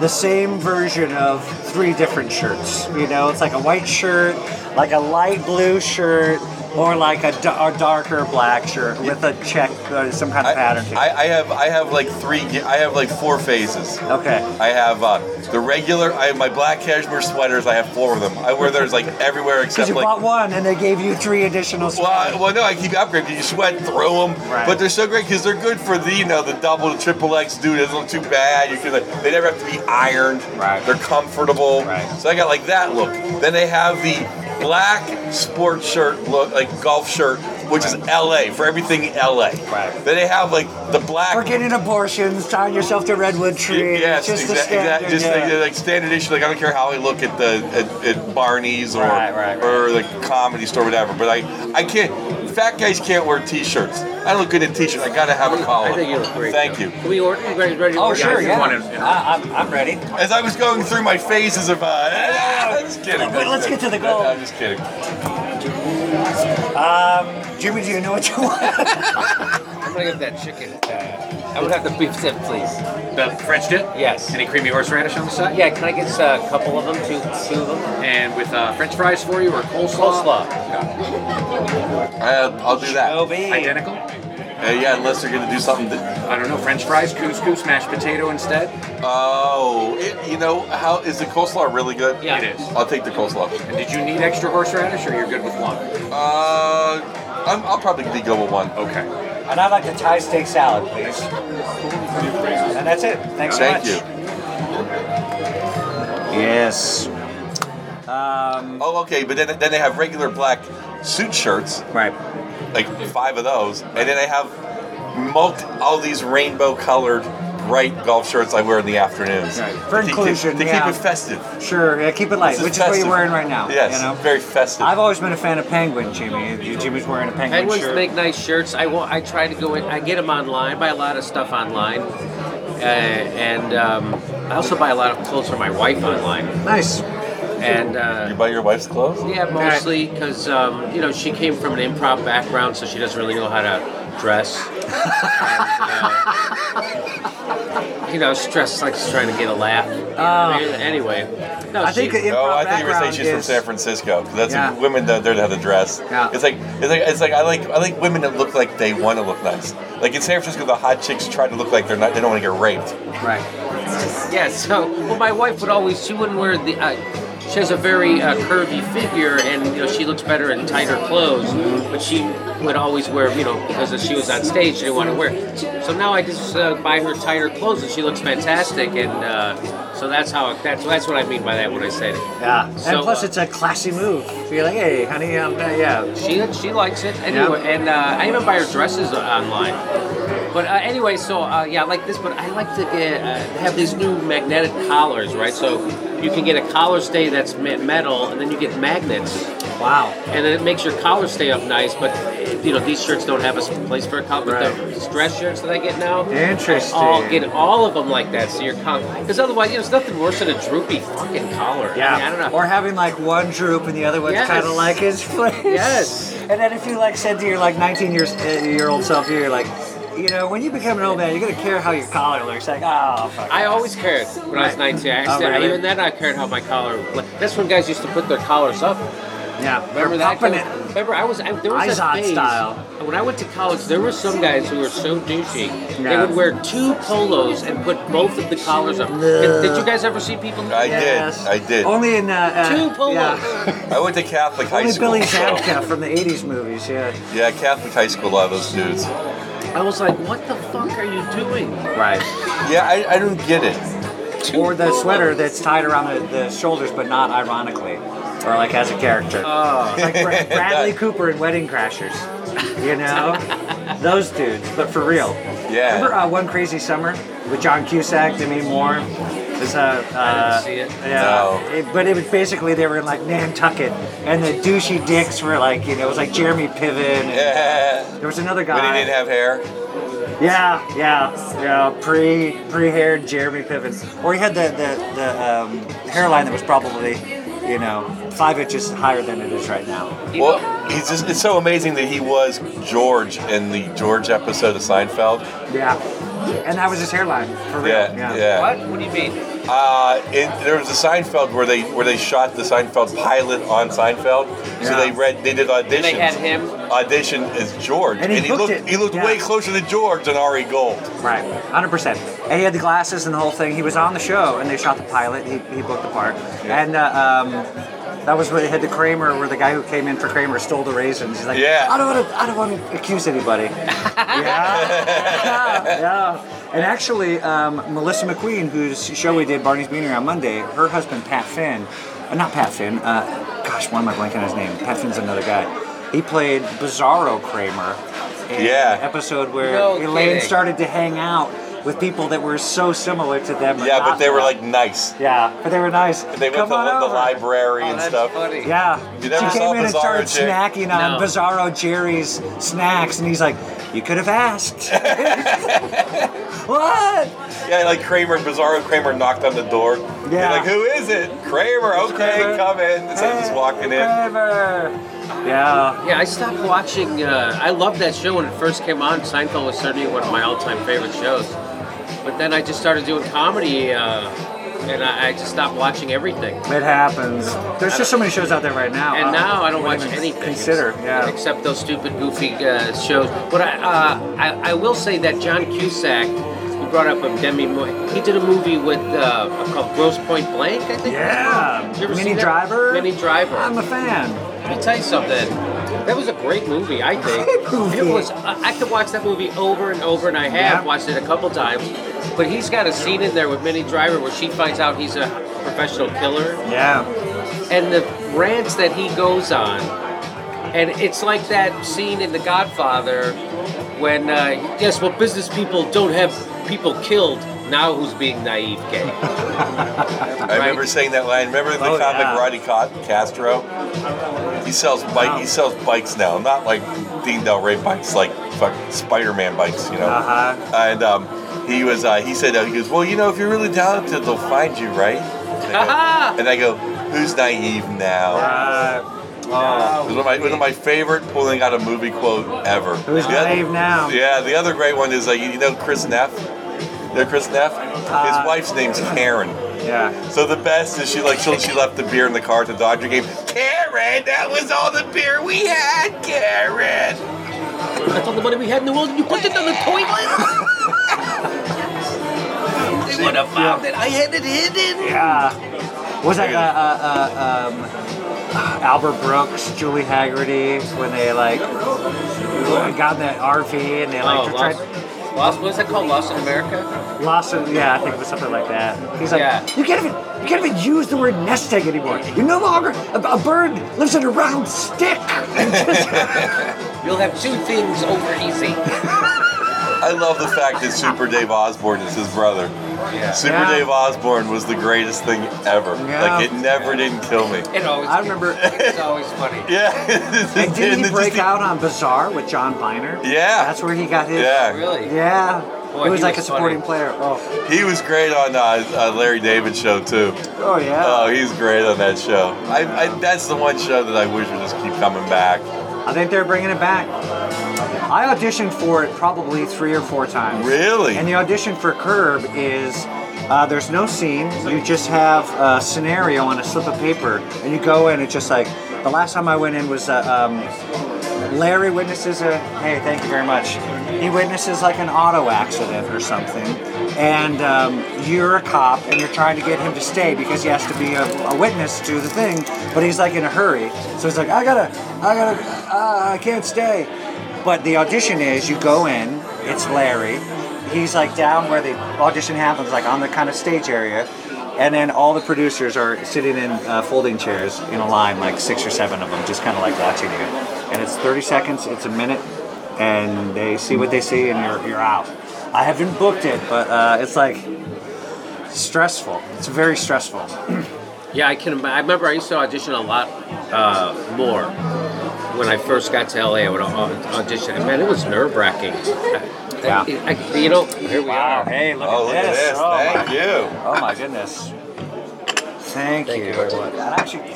Speaker 13: the same version of three different shirts. You know, it's like a white shirt, like a light blue shirt, or like a, da- a darker black shirt with a check, uh, some kind of pattern. to it.
Speaker 12: I, I have I have like three I have like four phases.
Speaker 13: Okay.
Speaker 12: I have uh, the regular. I have my black cashmere sweaters. I have four of them. I wear those like
Speaker 13: *laughs*
Speaker 12: everywhere
Speaker 13: Because
Speaker 12: except
Speaker 13: you
Speaker 12: like
Speaker 13: bought one and they gave you three additional.
Speaker 12: Well, I, well, no, I keep upgrading. You sweat through them,
Speaker 13: Right.
Speaker 12: but they're so great because they're good for the you know the double, the triple X dude. It's not too bad. You can like, they never have to be ironed. Right. They're comfortable. Right. So I got like that look. Then they have the black sports shirt look, like golf shirt, which is LA for everything LA. Right. Then they have like the black.
Speaker 13: We're getting abortions, tying yourself to redwood trees.
Speaker 12: Yes,
Speaker 13: just the
Speaker 12: exact- exact-
Speaker 13: standard,
Speaker 12: just
Speaker 13: yeah.
Speaker 12: like, like standard issue. Like I don't care how I look at the at, at Barney's or or the comedy store, whatever. But I I can't. Fat guys can't wear t-shirts. I don't look good in a t-shirt. I gotta have a collar.
Speaker 11: I think you look great,
Speaker 12: Thank
Speaker 11: though.
Speaker 12: you.
Speaker 11: We ordered. You guys ready? to order?
Speaker 13: Oh, I, I'm, I'm ready.
Speaker 12: As I was going through my phases of, uh, *laughs* I'm just kidding.
Speaker 13: But let's get to the goal.
Speaker 12: I'm just kidding.
Speaker 13: Um, Jimmy, do you know what you want?
Speaker 11: I'm gonna get that chicken. Uh, I would have the beef dip, please.
Speaker 14: The French dip?
Speaker 11: Yes.
Speaker 14: Any creamy horseradish on the side?
Speaker 11: Yeah, can I get uh, a couple of them? Two, two of them.
Speaker 14: And with uh, French fries for you or coleslaw?
Speaker 11: Coleslaw.
Speaker 12: Uh, I'll do that.
Speaker 14: Identical?
Speaker 12: Uh, yeah, unless you're gonna do something. That,
Speaker 14: I don't know. French fries, couscous, mashed potato instead.
Speaker 12: oh, it, you know how is the coleslaw really good?
Speaker 14: Yeah. It is.
Speaker 12: I'll take the coleslaw.
Speaker 14: And did you need extra horseradish, or you're good with one?
Speaker 12: Uh, I'm, I'll probably be good with one.
Speaker 14: Okay.
Speaker 13: and I'd like a Thai steak salad, please. And that's it. Thanks so
Speaker 12: Thank
Speaker 13: much.
Speaker 12: you.
Speaker 13: Yes.
Speaker 12: oh, okay. But then, then they have regular black suit shirts.
Speaker 13: Right.
Speaker 12: Like five of those, and then they have multi, all these rainbow-colored bright golf shirts I wear in the afternoons.
Speaker 13: For
Speaker 12: To keep-
Speaker 13: inclusion,
Speaker 12: to,
Speaker 13: yeah.
Speaker 12: keep it festive.
Speaker 13: Sure. Yeah, keep it
Speaker 12: This
Speaker 13: light,
Speaker 12: is
Speaker 13: which is what
Speaker 12: festive.
Speaker 13: you're wearing right now.
Speaker 12: Yes,
Speaker 13: You know?
Speaker 12: very festive.
Speaker 13: I've always been a fan of Penguin, Jimmy. Jimmy's wearing a Penguin
Speaker 11: Penguins
Speaker 13: shirt.
Speaker 11: make nice shirts. I want. I try to go in. I get them online. Buy a lot of stuff online, uh, and um, I also buy a lot of clothes for my wife online.
Speaker 13: nice.
Speaker 11: And uh,
Speaker 12: You buy your wife's clothes?
Speaker 11: yeah, mostly because um, you know she came from an improv background, so she doesn't really know how to dress. *laughs* and, uh, you know, she dresses like she's trying to get a laugh. You know what I mean? anyway, no,
Speaker 13: I Uh, think
Speaker 11: she-
Speaker 13: the improv
Speaker 12: Oh, I think you were saying
Speaker 13: background
Speaker 12: she's from
Speaker 13: is-
Speaker 12: San Francisco. 'cause That's
Speaker 13: Yeah.
Speaker 12: women that they're how to dress.
Speaker 13: Yeah.
Speaker 12: It's like it's like it's like I like I like women that look like they want to look nice. Like in San Francisco, the hot chicks try to look like they're not. They don't want to get raped.
Speaker 11: Right. Yeah. So, well, my wife would always. She wouldn't wear the. Uh, she has a very uh, curvy figure, and you know she looks better in tighter clothes. But she would always wear, you know, because if she was on stage, she didn't want to wear. So now I just uh, buy her tighter clothes, and she looks fantastic. And uh, so that's how. That's that's what I mean by that when I say it.
Speaker 13: Yeah.
Speaker 11: So,
Speaker 13: and plus,
Speaker 11: uh,
Speaker 13: it's a classy move. Be like, hey, honey, I'm, uh, yeah.
Speaker 11: She she likes it anyway,
Speaker 13: Yeah.
Speaker 11: and uh, I even buy her dresses online. But uh, anyway, so uh, yeah, I like this. But I like to get uh, have these new magnetic collars, right? So you can get a collar stay that's me- metal, and then you get magnets.
Speaker 13: Wow.
Speaker 11: And it makes your collar stay up nice, but eh, you know these shirts don't have a s- place for a collar. But the stress shirts that I get now,
Speaker 13: Interesting.
Speaker 11: I all get all of them like that. So your collar, because otherwise, you know, it's nothing worse than a droopy fucking collar. I, mean, I don't know.
Speaker 13: Or having like one droop and the other one's
Speaker 11: Yes.
Speaker 13: kind of like his place.
Speaker 11: Yes.
Speaker 13: And then if you like said to your like 19 years uh, year old self, you're like, you know, when you become an old man, you're gonna care how your collar looks. Like, oh fuck.
Speaker 11: I always cared when I was 19. I actually,
Speaker 13: Oh, really?
Speaker 11: even then, I cared how my collar. That's when guys used to put their collars up.
Speaker 13: Yeah,
Speaker 11: remember that?
Speaker 13: pumping
Speaker 11: guy? Remember, I was I, there was
Speaker 13: Izod
Speaker 11: a phase.
Speaker 13: style.
Speaker 11: When I went to college, there were some guys who were so douchey. They
Speaker 13: Yeah.
Speaker 11: would wear two polos and put both of the collars up. Did, did you guys ever see people?
Speaker 12: I did. I did.
Speaker 13: Only in uh, uh,
Speaker 11: Two polos.
Speaker 12: I went to Catholic high
Speaker 13: Only
Speaker 12: school.
Speaker 13: Billy
Speaker 12: so-
Speaker 13: Zabka from the 80s movies. Yeah.
Speaker 12: Yeah, Catholic high school. A lot of those dudes.
Speaker 11: I was like, what the fuck are you doing?
Speaker 13: Right.
Speaker 12: Yeah, I, I don't get it.
Speaker 13: *laughs* Or the sweater that's tied around the, the shoulders, but not ironically, or like as a character.
Speaker 11: Oh.
Speaker 13: It's like Bra- Bradley Cooper in Wedding Crashers. You
Speaker 12: *laughs*
Speaker 13: know, those dudes, but for real.
Speaker 12: Yeah. *laughs*
Speaker 13: Remember uh, One Crazy Summer with John Cusack, Demi Moore? It's uh, uh,
Speaker 11: see it.
Speaker 13: Yeah, it- but it was basically they were in like Nantucket, and the douchey dicks were like, you know, it was like Jeremy Piven. And
Speaker 12: Yeah.
Speaker 13: There was another guy.
Speaker 12: When he didn't have hair.
Speaker 13: Yeah, yeah, yeah. Pre pre haired Jeremy Piven, or he had the the, the um, hairline that was probably, you know, five inches higher than it is right now.
Speaker 12: Well, he's just, it's so amazing that he was George in the George episode of Seinfeld.
Speaker 13: Yeah, and that was his hairline for real.
Speaker 12: Yeah,
Speaker 13: Yeah.
Speaker 12: yeah.
Speaker 11: What? What do you mean?
Speaker 12: Uh, it, there was a Seinfeld where they where they shot the Seinfeld pilot on Seinfeld, so
Speaker 13: Yeah.
Speaker 12: they read they did auditions.
Speaker 11: And they had him?
Speaker 12: audition as George,
Speaker 13: And he hooked
Speaker 12: looked
Speaker 13: it.
Speaker 12: he looked way closer to George than Ari Gold.
Speaker 13: Right, hundred percent. And he had the glasses and the whole thing. He was on the show, and they shot the pilot. He, he booked the part, and uh, um, that was where they had the Kramer, where the guy who came in for Kramer stole the raisins. He's like,
Speaker 12: Yeah.
Speaker 13: I don't want to, I don't want to accuse
Speaker 12: *laughs*
Speaker 13: anybody. yeah, yeah. And actually, um, Melissa McQueen, whose show we did Barney's Beanery on Monday, her husband Pat Finn, uh, not Pat Finn. Uh, gosh, why am I blanking on his name? Pat Finn's another guy. He played Bizarro Kramer. in
Speaker 12: Yeah.
Speaker 13: an Episode where
Speaker 11: No
Speaker 13: Elaine
Speaker 11: kidding.
Speaker 13: started to hang out with people that were so similar to them.
Speaker 12: yeah, but
Speaker 13: not
Speaker 12: they were
Speaker 13: them.
Speaker 12: like nice.
Speaker 13: Yeah, but they were nice.
Speaker 12: They went
Speaker 13: Come
Speaker 12: to
Speaker 13: on
Speaker 12: the, the
Speaker 13: over. Oh,
Speaker 12: library and stuff.
Speaker 13: Yeah.
Speaker 12: You never
Speaker 13: she
Speaker 12: saw
Speaker 13: came in and
Speaker 12: Bizarro
Speaker 13: started
Speaker 12: Jerry?
Speaker 13: snacking on
Speaker 11: No.
Speaker 13: Bizarro Jerry's snacks, and he's like, "You could
Speaker 12: *laughs*
Speaker 13: have asked." *laughs* what?
Speaker 12: Yeah, like Kramer, Bizarro Kramer knocked on the door.
Speaker 13: Yeah.
Speaker 12: They're like, who is it? Kramer, okay,
Speaker 13: Kramer.
Speaker 12: come in. Instead of just walking in.
Speaker 13: Kramer. Yeah.
Speaker 11: Yeah, I stopped watching. Uh, I loved that show when it first came on. Seinfeld was certainly one of my all-time favorite shows. But then I just started doing comedy, uh, and I, I just stopped watching everything.
Speaker 13: It happens. There's just so many shows out there right now.
Speaker 11: And
Speaker 13: Uh,
Speaker 11: now I don't
Speaker 13: wouldn't
Speaker 11: watch
Speaker 13: even
Speaker 11: anything.
Speaker 13: Consider,
Speaker 11: ex-
Speaker 13: yeah.
Speaker 11: Except those stupid, goofy uh, shows. But I, uh, I, I will say that John Cusack, you brought up of Demi Moore, he did a movie with uh, called Gross Point Blank, I think.
Speaker 13: Yeah.
Speaker 11: You ever
Speaker 13: Mini
Speaker 11: seen that?
Speaker 13: Driver?
Speaker 11: Mini Driver.
Speaker 13: I'm a fan.
Speaker 11: Let me tell you something. That was a great movie, I
Speaker 13: *laughs*
Speaker 11: think.
Speaker 13: movie.
Speaker 11: It was. I I could watch that movie over and over, and I have
Speaker 13: Yeah.
Speaker 11: watched it a couple times. But he's got a scene in there with Minnie Driver where she finds out he's a professional killer,
Speaker 13: Yeah.
Speaker 11: and the rants that he goes on, and it's like that scene in The Godfather when uh, yes, well, business people don't have people killed. Now who's being naive, gay?
Speaker 12: I remember saying that line. Remember the
Speaker 13: Oh,
Speaker 12: comic
Speaker 13: yeah.
Speaker 12: Roddy Ca- Castro? He sells bike. He sells bikes now, not like Dean Del Rey bikes, like fuck Spider-Man bikes, you know.
Speaker 13: Uh-huh.
Speaker 12: And um, he was. Uh, he said. Uh, he goes. Well, you know, if you're really talented, they'll find you, right? And I go, and I
Speaker 13: *laughs*
Speaker 12: go who's naive now?
Speaker 13: Uh,
Speaker 12: It was one of my, one of my favorite pulling out a movie quote ever.
Speaker 13: Who's
Speaker 12: The other-
Speaker 13: naive now?
Speaker 12: Yeah, the other great one is like you know Chris Neff. You know Chris Neff.
Speaker 13: Uh,
Speaker 12: His wife's name's Karen.
Speaker 13: yeah.
Speaker 12: So the best is she like she, she left the beer in the car at the Dodger game. Karen, that was all the beer we had, Karen.
Speaker 11: That's all the money we had in the world, and you put it on the toilet. they would have found it. I had it hidden.
Speaker 13: Yeah. Was that uh, uh, uh, um, Albert Brooks, Julie Haggerty, when they like got in that RV and they like
Speaker 11: Oh,
Speaker 13: tried
Speaker 11: lost, lost. What's that called? Lost in America?
Speaker 13: Lost in, yeah, I think it was something like that. He's like,
Speaker 11: Yeah.
Speaker 13: you can't even you can't even use the word nest egg anymore. You're no longer a, a bird lives in a round stick.
Speaker 11: You'll have two things over easy.
Speaker 12: I love the fact that Super Dave Osborne is his brother. Super
Speaker 13: Yeah.
Speaker 12: Dave Osborne was the greatest thing ever.
Speaker 13: Yeah.
Speaker 12: Like it never didn't kill me. *laughs*
Speaker 14: It always.
Speaker 13: I remember.
Speaker 14: It's always funny.
Speaker 12: Yeah. *laughs*
Speaker 13: And did he break out on Bizarre with John Viner?
Speaker 12: Yeah.
Speaker 13: That's where he got his.
Speaker 12: Yeah.
Speaker 14: Really?
Speaker 13: Yeah.
Speaker 14: Boy,
Speaker 13: he was
Speaker 14: he
Speaker 13: like
Speaker 14: was
Speaker 13: a supporting player. Oh.
Speaker 12: He was great on uh, uh, Larry David show too.
Speaker 13: Oh yeah.
Speaker 12: Oh, he's great on that show. I, I, that's the one show that I wish would just keep coming back.
Speaker 13: I think they're bringing it back. I auditioned for it probably three or four times.
Speaker 12: Really?
Speaker 13: And the audition for Curb is uh, there's no scene. You just have a scenario on a slip of paper, and you go in. It's just like the last time I went in was uh, um, Larry witnesses a hey, thank you very much. He witnesses like an auto accident or something, and um, you're a cop, and you're trying to get him to stay because he has to be a, a witness to the thing. But he's like in a hurry, so he's like, I gotta, I gotta, uh, I can't stay. But the audition is you go in, it's Larry. He's like down where the audition happens, like on the kind of stage area. And then all the producers are sitting in uh, folding chairs in a line, like six or seven of them, just kind of like watching you. And it's 30 seconds, it's a minute, and they see what they see, and you're, you're out. I haven't booked it, but uh, it's like stressful. It's very stressful.
Speaker 11: Yeah, I can. I remember I used to audition a lot uh, more when I first got to LA. I would au- audition, and man, it was nerve wracking.
Speaker 13: Yeah.
Speaker 11: you know, here we are.
Speaker 13: Hey, look
Speaker 12: Oh,
Speaker 13: at
Speaker 12: look
Speaker 13: this.
Speaker 12: at this.
Speaker 13: Oh, my
Speaker 12: Thank you.
Speaker 13: Oh my goodness. Thank, you. And actually,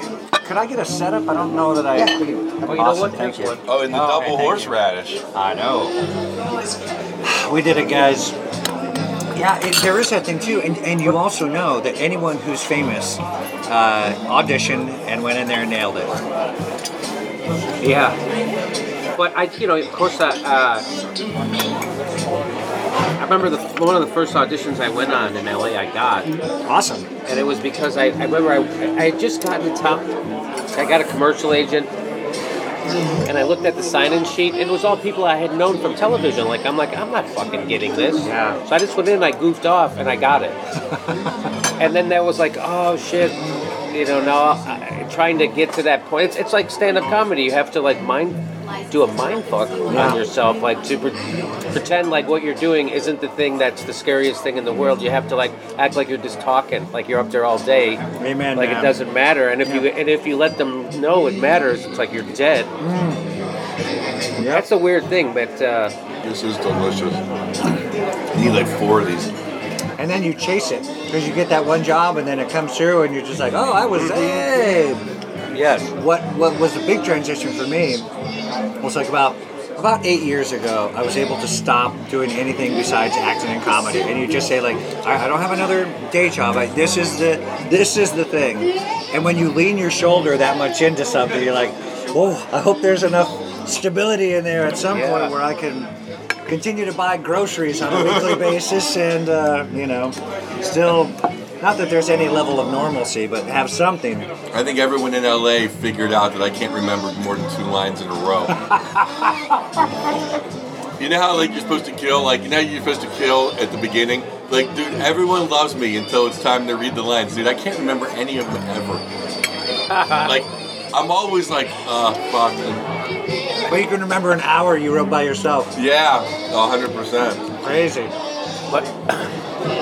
Speaker 13: could I get a setup? I don't know that I. Yeah.
Speaker 11: Oh, you know what?
Speaker 13: Thank you.
Speaker 11: Here's
Speaker 12: Oh, and the
Speaker 13: okay,
Speaker 12: double
Speaker 13: thank
Speaker 12: horseradish.
Speaker 13: I know. We did it, guys. Yeah, it, there is that thing too, and, and you also know that anyone who's famous uh, auditioned and went in there and nailed it. Yeah.
Speaker 11: But I, you know, of course, I, uh, I remember the one of the first auditions I went on in LA. I got,
Speaker 13: Awesome.
Speaker 11: and it was because I, I remember I, I had just gotten a top. I got a commercial agent, and I looked at the sign-in sheet, and it was all people I had known from television. Like I'm like I'm not fucking getting this.
Speaker 13: Yeah.
Speaker 11: So I just went in, I goofed off, and I got it. and then that was like, oh shit, you know, now I, trying to get to that point. It's, it's like stand-up comedy. You have to like mind do a mind fuck
Speaker 13: Yeah.
Speaker 11: on yourself, like to pre- pretend like what you're doing isn't the thing that's the scariest thing in the world. You have to like act like you're just talking, like you're up there all day.
Speaker 13: Amen,
Speaker 11: Like
Speaker 13: man.
Speaker 11: it doesn't matter. And if you and if you let them know it matters, it's like you're dead. That's a weird thing, but uh,
Speaker 12: This is delicious. I need like four of these.
Speaker 13: And then you chase it because you get that one job, and then it comes through, and you're just like, oh, I was. Hey.
Speaker 11: yes.
Speaker 13: what what was a big transition for me was like about about eight years ago i was able to stop doing anything besides acting and comedy and you just say like i, I don't have another day job I, this is the this is the thing and when you lean your shoulder that much into something you're like whoa i hope there's enough stability in there at some point where i can continue to buy groceries on a weekly basis and uh, you know still not that there's any level of normalcy but have something
Speaker 12: I think everyone in LA figured out that I can't remember more than two lines in a row. you know how like you're supposed to kill, like you know you're supposed to kill at the beginning. Like, dude, everyone loves me until it's time to read the lines, dude. I can't remember any of them ever. like, I'm always like, uh, fuck. and-
Speaker 13: But you can remember an hour you wrote by yourself.
Speaker 12: Yeah, 100. percent
Speaker 13: Crazy.
Speaker 11: But *coughs*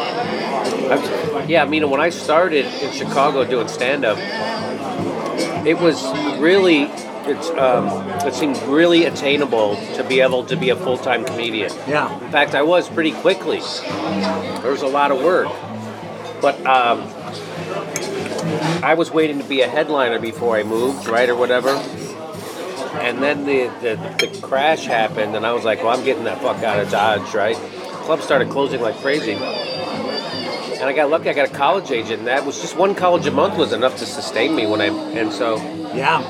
Speaker 11: yeah, I mean, when I started in Chicago doing stand up, it was really it's um, it seemed really attainable to be able to be a full time comedian.
Speaker 13: Yeah.
Speaker 11: In fact, I was pretty quickly. There was a lot of work, but um, I was waiting to be a headliner before I moved, right or whatever. And then the, the the crash happened, and I was like, "Well, I'm getting that fuck out of Dodge, right?" Clubs started closing like crazy, and I got lucky. I got a college agent, and that was just one college a month was enough to sustain me when I. And so,
Speaker 13: Yeah.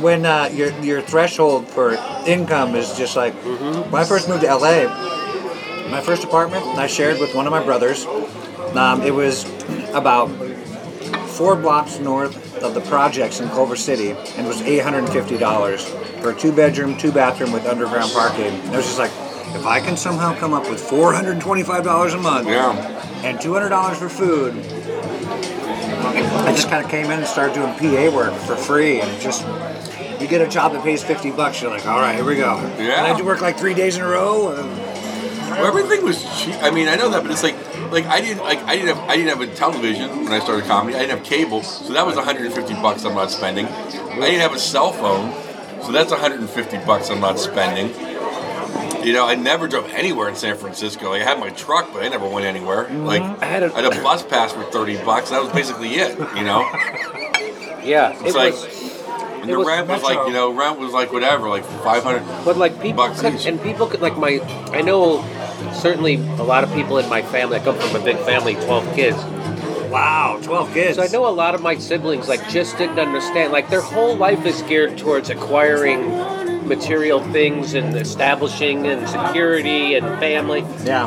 Speaker 13: When uh, your your threshold for income is just like when I first moved to LA, my first apartment I shared with one of my brothers. Um, it was about four blocks north of the projects in Culver City, and was eight hundred and fifty dollars for a two bedroom, two bathroom with underground parking. And I was just like, if I can somehow come up with four hundred and twenty five dollars a month,
Speaker 12: Yeah.
Speaker 13: and two hundred dollars for food. I just kind of came in and started doing PA work for free, and it just you get a job that pays fifty bucks. You're like, all right, here we go.
Speaker 12: Yeah.
Speaker 13: And I had to work like three days in a row. And
Speaker 12: everything was cheap. I mean, I know that, but it's like, like I didn't, like I didn't have, I didn't have a television when I started comedy. I didn't have cable, so that was 150 bucks I'm not spending. I didn't have a cell phone, so that's 150 bucks I'm not spending. You know, I never drove anywhere in San Francisco. Like, I had my truck, but I never went anywhere.
Speaker 15: Mm-hmm.
Speaker 12: Like, I had, a, I had a bus pass for 30 bucks. That was basically it. You know.
Speaker 15: *laughs* Yeah,
Speaker 12: It's
Speaker 15: it
Speaker 12: like,
Speaker 15: was-
Speaker 12: and
Speaker 15: it
Speaker 12: the
Speaker 15: was
Speaker 12: rent was like,
Speaker 15: metro.
Speaker 12: you know, rent was like whatever, like 500
Speaker 15: But like people could, and people could like my I know certainly a lot of people in my family. I come from a big family, twelve kids. Wow, twelve kids. So I know a lot of my siblings like just didn't understand. Like their whole life is geared towards acquiring material things and establishing and security and family.
Speaker 13: Yeah.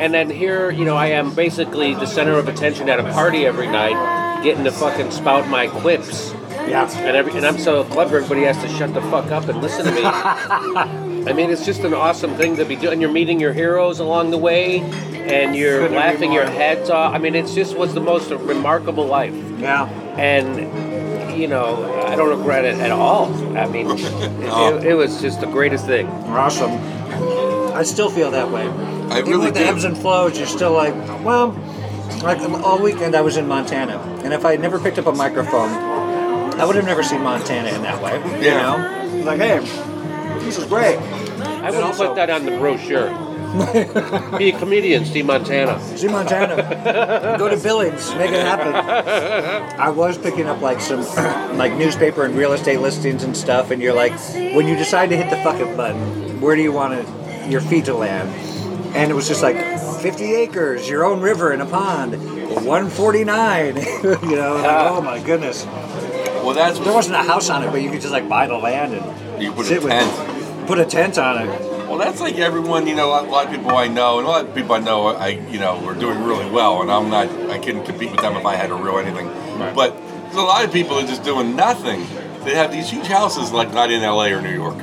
Speaker 15: And then here, you know, I am basically the center of attention at a party every night, getting to fucking spout my quips.
Speaker 13: Yeah.
Speaker 15: And, every, and I'm so clever, everybody has to shut the fuck up and listen to
Speaker 13: *laughs*
Speaker 15: me. I mean, it's just an awesome thing to be doing. You're meeting your heroes along the way, and you're
Speaker 13: Couldn't agree
Speaker 15: laughing your
Speaker 13: more.
Speaker 15: heads off. I mean, it's just was the most remarkable life.
Speaker 13: Yeah.
Speaker 15: And you know, I don't regret it at all. I mean, it, it was just the greatest thing.
Speaker 13: Awesome. I still feel that way. I Even
Speaker 15: really
Speaker 13: with the
Speaker 15: do.
Speaker 13: ebbs and flows, you're still like, well, like all weekend I was in Montana, and if I had never picked up a microphone, I would have never seen Montana in that way. You know, like hey, this is great.
Speaker 15: I would put that on the
Speaker 13: *laughs*
Speaker 15: brochure. be a comedian, Steve Montana. *laughs*
Speaker 13: See Montana, go to Billings, make it happen. I was picking up like some like newspaper and real estate listings and stuff, and you're like, when you decide to hit the fuck it button, where do you want it, your feet to land? And it was just like 50 acres, your own river and a pond, 149. *laughs* you know, like, oh my goodness.
Speaker 12: Well, that's
Speaker 13: there wasn't a house on it, but you could just like buy the land and
Speaker 12: You put a
Speaker 13: sit with it. Put a tent on it.
Speaker 12: Well, that's like everyone, you know, a lot of people I know, and a lot of people I know, I, you know, are doing really well, and I'm not, I couldn't compete with them if I had a real anything. But there's a lot of people are just doing nothing. They have these huge houses, like not in LA or New York.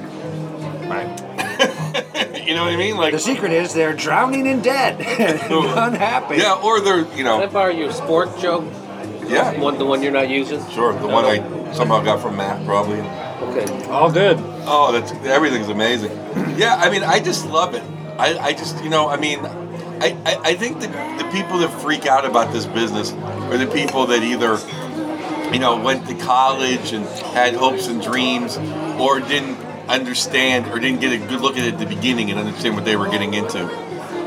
Speaker 12: Right. you know what I mean? Like
Speaker 13: the secret is they're drowning in debt. *laughs* Unhappy.
Speaker 12: Yeah, or they're, you know.
Speaker 15: Can I borrow your sport joke?
Speaker 12: Yeah.
Speaker 15: One, the one you're not using?
Speaker 12: Sure, the one I somehow got from Matt, probably.
Speaker 15: Okay.
Speaker 13: All good.
Speaker 12: Oh, that's everything's amazing. Yeah, I mean, I just love it. I, I just, you know, I mean, I, I, I think that the people that freak out about this business are the people that either, you know, went to college and had hopes and dreams, or didn't understand or didn't get a good look at it at the beginning and understand what they were getting into.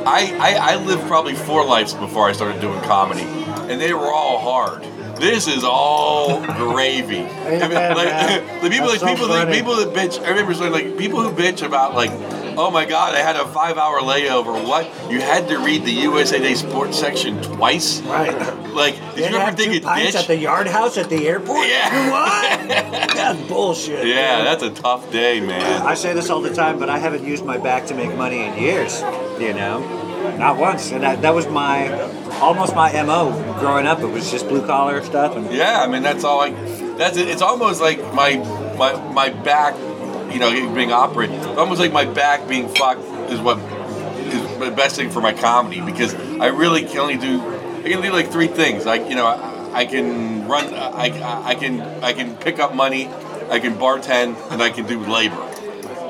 Speaker 12: I, I, I lived probably four lives before I started doing comedy, and they were all hard. This is all gravy. I mean, *laughs* like, the people,
Speaker 9: That's
Speaker 12: like,
Speaker 9: so
Speaker 12: people, that,
Speaker 9: funny.
Speaker 12: people that bitch. I remember saying like people who bitch about like, oh my god, I had a five-hour layover. What? You had to read the USA Today sports section twice? Right. Like, did you ever dig a
Speaker 13: Pints
Speaker 12: ditch?
Speaker 13: at the yard house at the airport? Yeah.
Speaker 12: *laughs*
Speaker 13: What? That's bullshit.
Speaker 12: Yeah, that's a tough day, man.
Speaker 13: I say this all the time, but I haven't used my back to make money in years. You know, not once. And I, that was my almost my mo growing up. It was just blue collar stuff. And
Speaker 12: Yeah, I mean that's all. Like that's it. it's almost like my my my back, you know, being operated. It's almost like my back being fucked is what is the best thing for my comedy because I really can only do I can do like three things. Like you know, I, I can run, I, I I can I can pick up money, I can bartend, and I can do labor.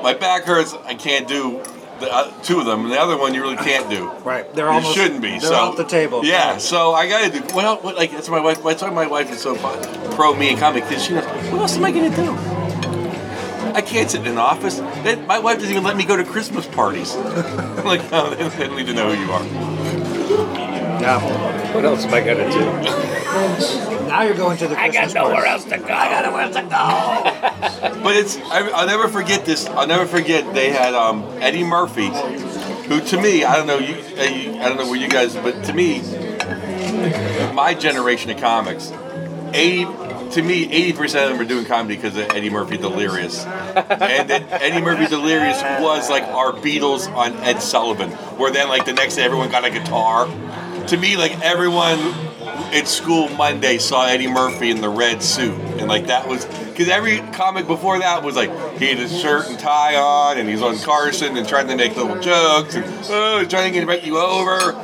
Speaker 12: My back hurts. I can't do. The, uh, two of them, and the other one you really can't do.
Speaker 13: Right, they're
Speaker 12: you
Speaker 13: almost-
Speaker 12: shouldn't be.
Speaker 13: they're
Speaker 12: so
Speaker 13: off the table.
Speaker 12: Yeah, so I gotta do. What, else, what like that's my wife. That's why my wife is so fu- pro me and comic because she knows what else am I gonna do? I can't sit in an office. That- my wife doesn't even let me go to Christmas parties. *laughs* I'm like, oh, they they don't need to know who you are.
Speaker 13: Yeah.
Speaker 15: What else am I gonna do?
Speaker 13: now you're going to the. Christmas I got nowhere else
Speaker 15: to go. I got nowhere to go.
Speaker 12: But it's I, I'll never forget this. I'll never forget they had um, Eddie Murphy, who to me I don't know you, uh, you I don't know where you guys, but to me, my generation of comics, eighty to me eighty percent of them were doing comedy because of Eddie Murphy Delirious, and that Eddie Murphy Delirious was like our Beatles on Ed Sullivan, where then like the next day everyone got a guitar. To me, like everyone at school Monday saw Eddie Murphy in the red suit, and like that was because every comic before that was like he had his shirt and tie on, and he's on Carson and trying to make little jokes and oh, trying to invite you over.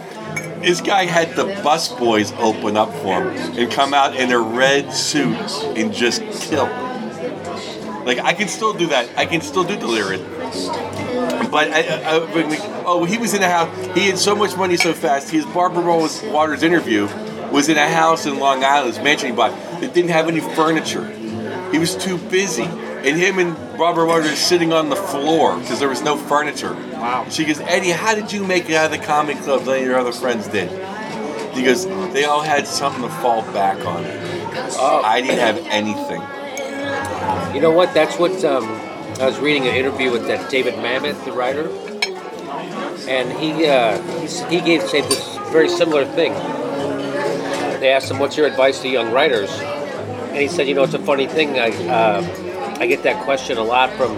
Speaker 12: This guy had the bus boys open up for him and come out in a red suit and just kill. Like I can still do that. I can still do delirium. But I, I, I- when we, oh, he was in a house. He had so much money so fast. His Barbara Rose Waters interview was in a house in Long Island, his mansion he bought that didn't have any furniture. He was too busy, and him and Barbara Waters sitting on the floor because there was no furniture. Wow. She goes, Eddie, how did you make it out of the comedy club? None of your other friends did. He goes, they all had something to fall back on. I didn't have anything.
Speaker 10: You know what? That's what um, I was reading an interview with that David Mamet, the writer, and he uh, he, s- he gave said this very similar thing. They asked him, "What's your advice to young writers?" And he said, "You know, it's a funny thing. I uh, I get that question a lot from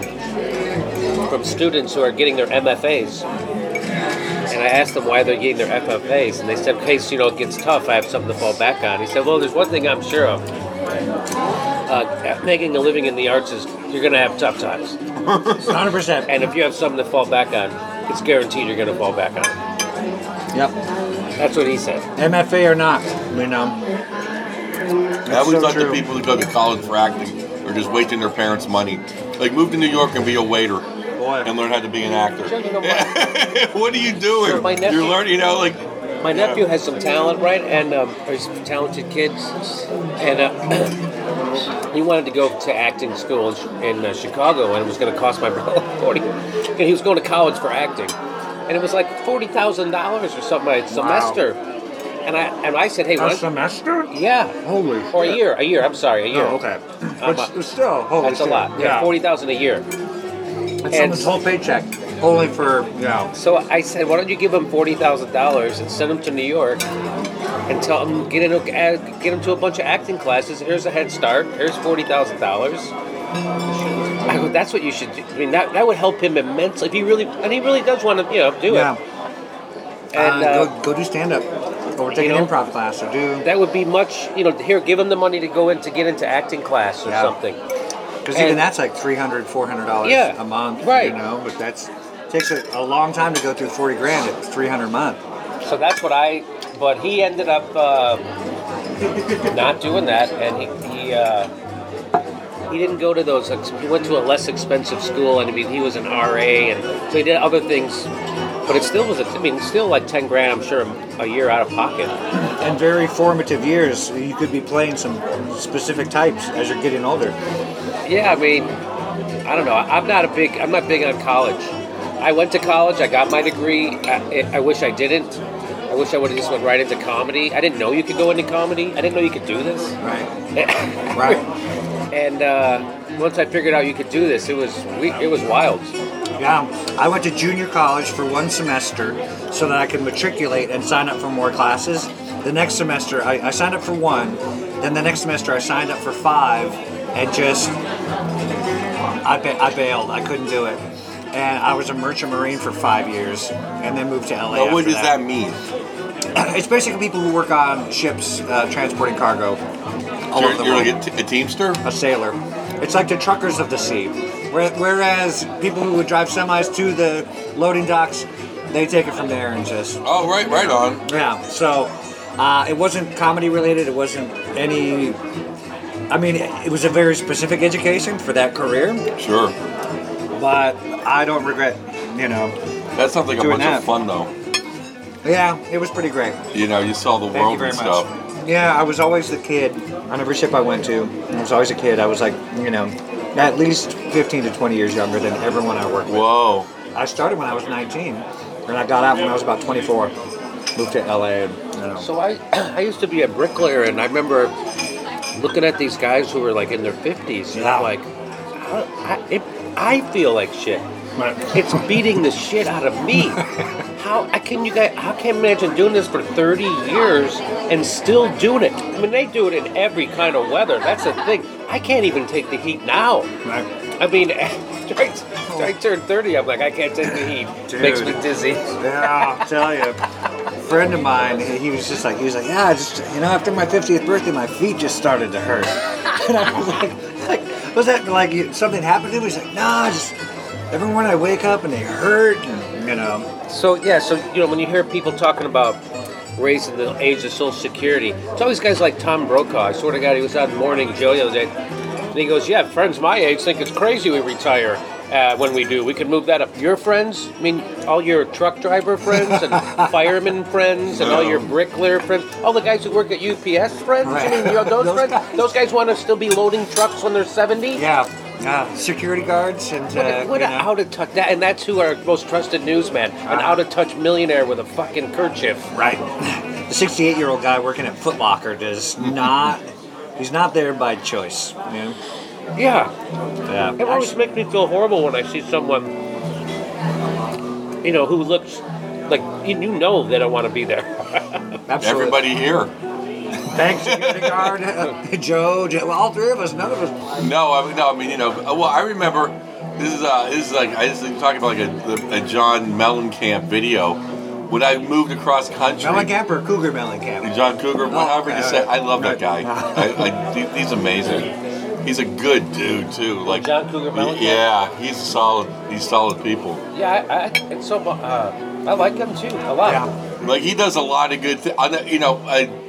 Speaker 10: from students who are getting their MFAs." And I asked them why they're getting their FFAs, and they said, "In case you know it gets tough, I have something to fall back on." He said, "Well, there's one thing I'm sure of." uh, making a living in the arts is you're going to have tough
Speaker 13: *laughs*
Speaker 10: times. 100%. And if you have something to fall back on, it's guaranteed you're going to fall back on.
Speaker 13: Yep.
Speaker 10: That's what he said.
Speaker 13: MFA or not, you know.
Speaker 12: I always thought the people that go to college for acting are just wasting their parents' money. Like move to New York and be a waiter and learn how to be an actor. *laughs* what are you doing?
Speaker 10: my nephew,
Speaker 12: You're learning, you know, like.
Speaker 10: My nephew has some talent, right? And um, or he's a talented kid, and uh, *clears throat* he wanted to go to acting school in, Chi- in uh, Chicago, and it was going to cost my *laughs* brother forty. And he was going to college for acting, and it was like forty thousand dollars or something a semester. And I and I said, hey,
Speaker 13: A
Speaker 10: why don't-
Speaker 13: semester?
Speaker 10: Yeah.
Speaker 13: Holy.
Speaker 10: Or a
Speaker 13: shit.
Speaker 10: year, a year. I'm sorry, a year.
Speaker 13: Oh, okay.
Speaker 10: Um,
Speaker 13: But s- still, holy
Speaker 10: that's
Speaker 13: shit.
Speaker 10: a lot. Yeah, forty thousand a year.
Speaker 13: That's someone's whole paycheck, only for yeah.
Speaker 10: So I said, why don't you give him forty thousand dollars and send him to New York and tell him get him get him to a bunch of acting classes. Here's a head start. Here's forty thousand dollars. I go, that's what you should do. I mean, that, that would help him immensely if he really and he really does want to, you know, do
Speaker 13: Yeah.
Speaker 10: it. And
Speaker 13: Uh,
Speaker 10: uh,
Speaker 13: go, go do stand up, or take
Speaker 10: you
Speaker 13: an
Speaker 10: know,
Speaker 13: improv class, or do
Speaker 10: that would be much, you know. Here, give him the money to go in to get into acting class or
Speaker 13: Yeah.
Speaker 10: something.
Speaker 13: because even
Speaker 10: And-
Speaker 13: that's like 300 400 dollars
Speaker 10: Yeah,
Speaker 13: a month,
Speaker 10: right.
Speaker 13: You know, but that's takes a, a long time to go through 40 grand at 300 a month.
Speaker 10: So that's what I. But he ended up uh, not doing that, and he he, uh, he didn't go to those. ex- He went to a less expensive school, and I mean he was an RA, and so he did other things. But it still was. A, I mean, still like ten grand, I'm sure, a year out of pocket.
Speaker 13: And very formative years, you could be playing some specific types as you're getting older.
Speaker 10: Yeah, I mean, I don't know. I'm not a big. I'm not big on college. I went to college. I got my degree. I, I wish I didn't. I wish I would have just went right into comedy. I didn't know you could go into comedy. I didn't know you could do this. *laughs* Right.
Speaker 13: right.
Speaker 10: And uh, once I figured out you could do this, it was we, it was wild.
Speaker 13: Yeah, I went to junior college for one semester so that I could matriculate and sign up for more classes. The next semester, I, I signed up for one. Then the next semester, I signed up for five and just, I, ba- I bailed. I couldn't do it. And I was a merchant marine for five years and then moved to LA.
Speaker 12: But what
Speaker 13: after
Speaker 12: does that mean?
Speaker 13: *clears throat* it's basically people who work on ships uh, transporting cargo. All
Speaker 12: You're-
Speaker 13: over the
Speaker 12: you're
Speaker 13: world.
Speaker 12: like a, t- a teamster?
Speaker 13: A sailor. It's like the truckers of the sea. Where- Whereas people who would drive semis to the loading docks, they take it from there and just.
Speaker 12: Oh, right, right on.
Speaker 13: Yeah, so uh, it wasn't comedy related, it wasn't any. I mean, it was a very specific education for that career,
Speaker 12: Sure.
Speaker 13: but I don't regret, you know.
Speaker 12: That sounds like a
Speaker 13: Doing
Speaker 12: bunch
Speaker 13: that.
Speaker 12: of fun, though.
Speaker 13: Yeah, it was pretty great.
Speaker 12: You know, you saw the
Speaker 13: Thank
Speaker 12: world
Speaker 13: you very
Speaker 12: and
Speaker 13: much.
Speaker 12: stuff.
Speaker 13: Yeah, I was always the kid on every ship I went to. I was always a kid. I was like, you know, at least 15 to 20 years younger than everyone I worked with.
Speaker 12: Whoa.
Speaker 13: I started when I was 19, and I got out when I was about 24. Moved to LA. And, you know.
Speaker 10: So I I used to be a bricklayer, and I remember looking at these guys who were like in their fifties. Yeah. Like, I, I, it, I feel like shit. It's beating the shit out of
Speaker 13: *laughs*
Speaker 10: me. How I can you guys? How can imagine doing this for thirty years and still doing it? I mean, they do it in every kind of weather. That's the thing. I can't even take the heat now. I mean, *laughs* after I, after I turned thirty, I'm like, I can't take the heat. Makes me
Speaker 13: Dude.
Speaker 10: dizzy.
Speaker 13: yeah,
Speaker 10: *laughs*
Speaker 13: I'll tell you. A friend of mine, he he was just like, he was like, yeah, I just you know, after my 50th birthday, my feet just started to hurt. And I was like, like was that like you- something happened to him? He's like, nah, just every morning I wake up and they hurt, and you know.
Speaker 10: So yeah, so you know when you hear people talking about raising the age of Social Security, it's always guys like Tom Brokaw. I swear to God, he was on Morning Joe the other day, and he goes, "Yeah, friends my age think it's crazy we retire."
Speaker 15: uh, when we do. We could move that up. Your friends, I mean, all your truck driver friends and fireman friends and all your bricklayer friends, all the guys who work at UPS friends. I mean, you know, those, friends,
Speaker 13: *laughs*
Speaker 15: those guys want to still be loading trucks when they're seventy.
Speaker 13: Yeah, yeah. Security guards and
Speaker 15: what, a,
Speaker 13: uh,
Speaker 15: what
Speaker 13: you
Speaker 15: a out of touch that, and that's who our most trusted newsman, an out of touch millionaire with a fucking kerchief.
Speaker 13: Right. The 68 year old guy working at Foot Locker does not, he's not there by choice. You know?
Speaker 15: Yeah.
Speaker 13: Yeah.
Speaker 15: It always makes me feel horrible when I see someone, you know, who looks like you you know they don't want to be there.
Speaker 13: Absolutely. Everybody
Speaker 12: here.
Speaker 13: Thanks, security guard, uh, Joe, Joe, all three of us, none of us.
Speaker 12: No, I mean, no, I mean, you know, uh, well, I remember this is uh, this is like I just talking about like a, a John Mellencamp video when I moved across country.
Speaker 13: Mellencamp or Cougar Mellencamp?
Speaker 12: John Cougar, whatever you
Speaker 13: okay,
Speaker 12: say,
Speaker 13: okay.
Speaker 12: I love that guy. I, I, he- he's amazing. He's a good dude too. Like
Speaker 15: John Cougar Mellencamp?
Speaker 12: Yeah, he's solid. He's solid people.
Speaker 15: Yeah, I, I it's so mu- uh, I like them too a lot.
Speaker 12: Like he does a lot of good things. You know, I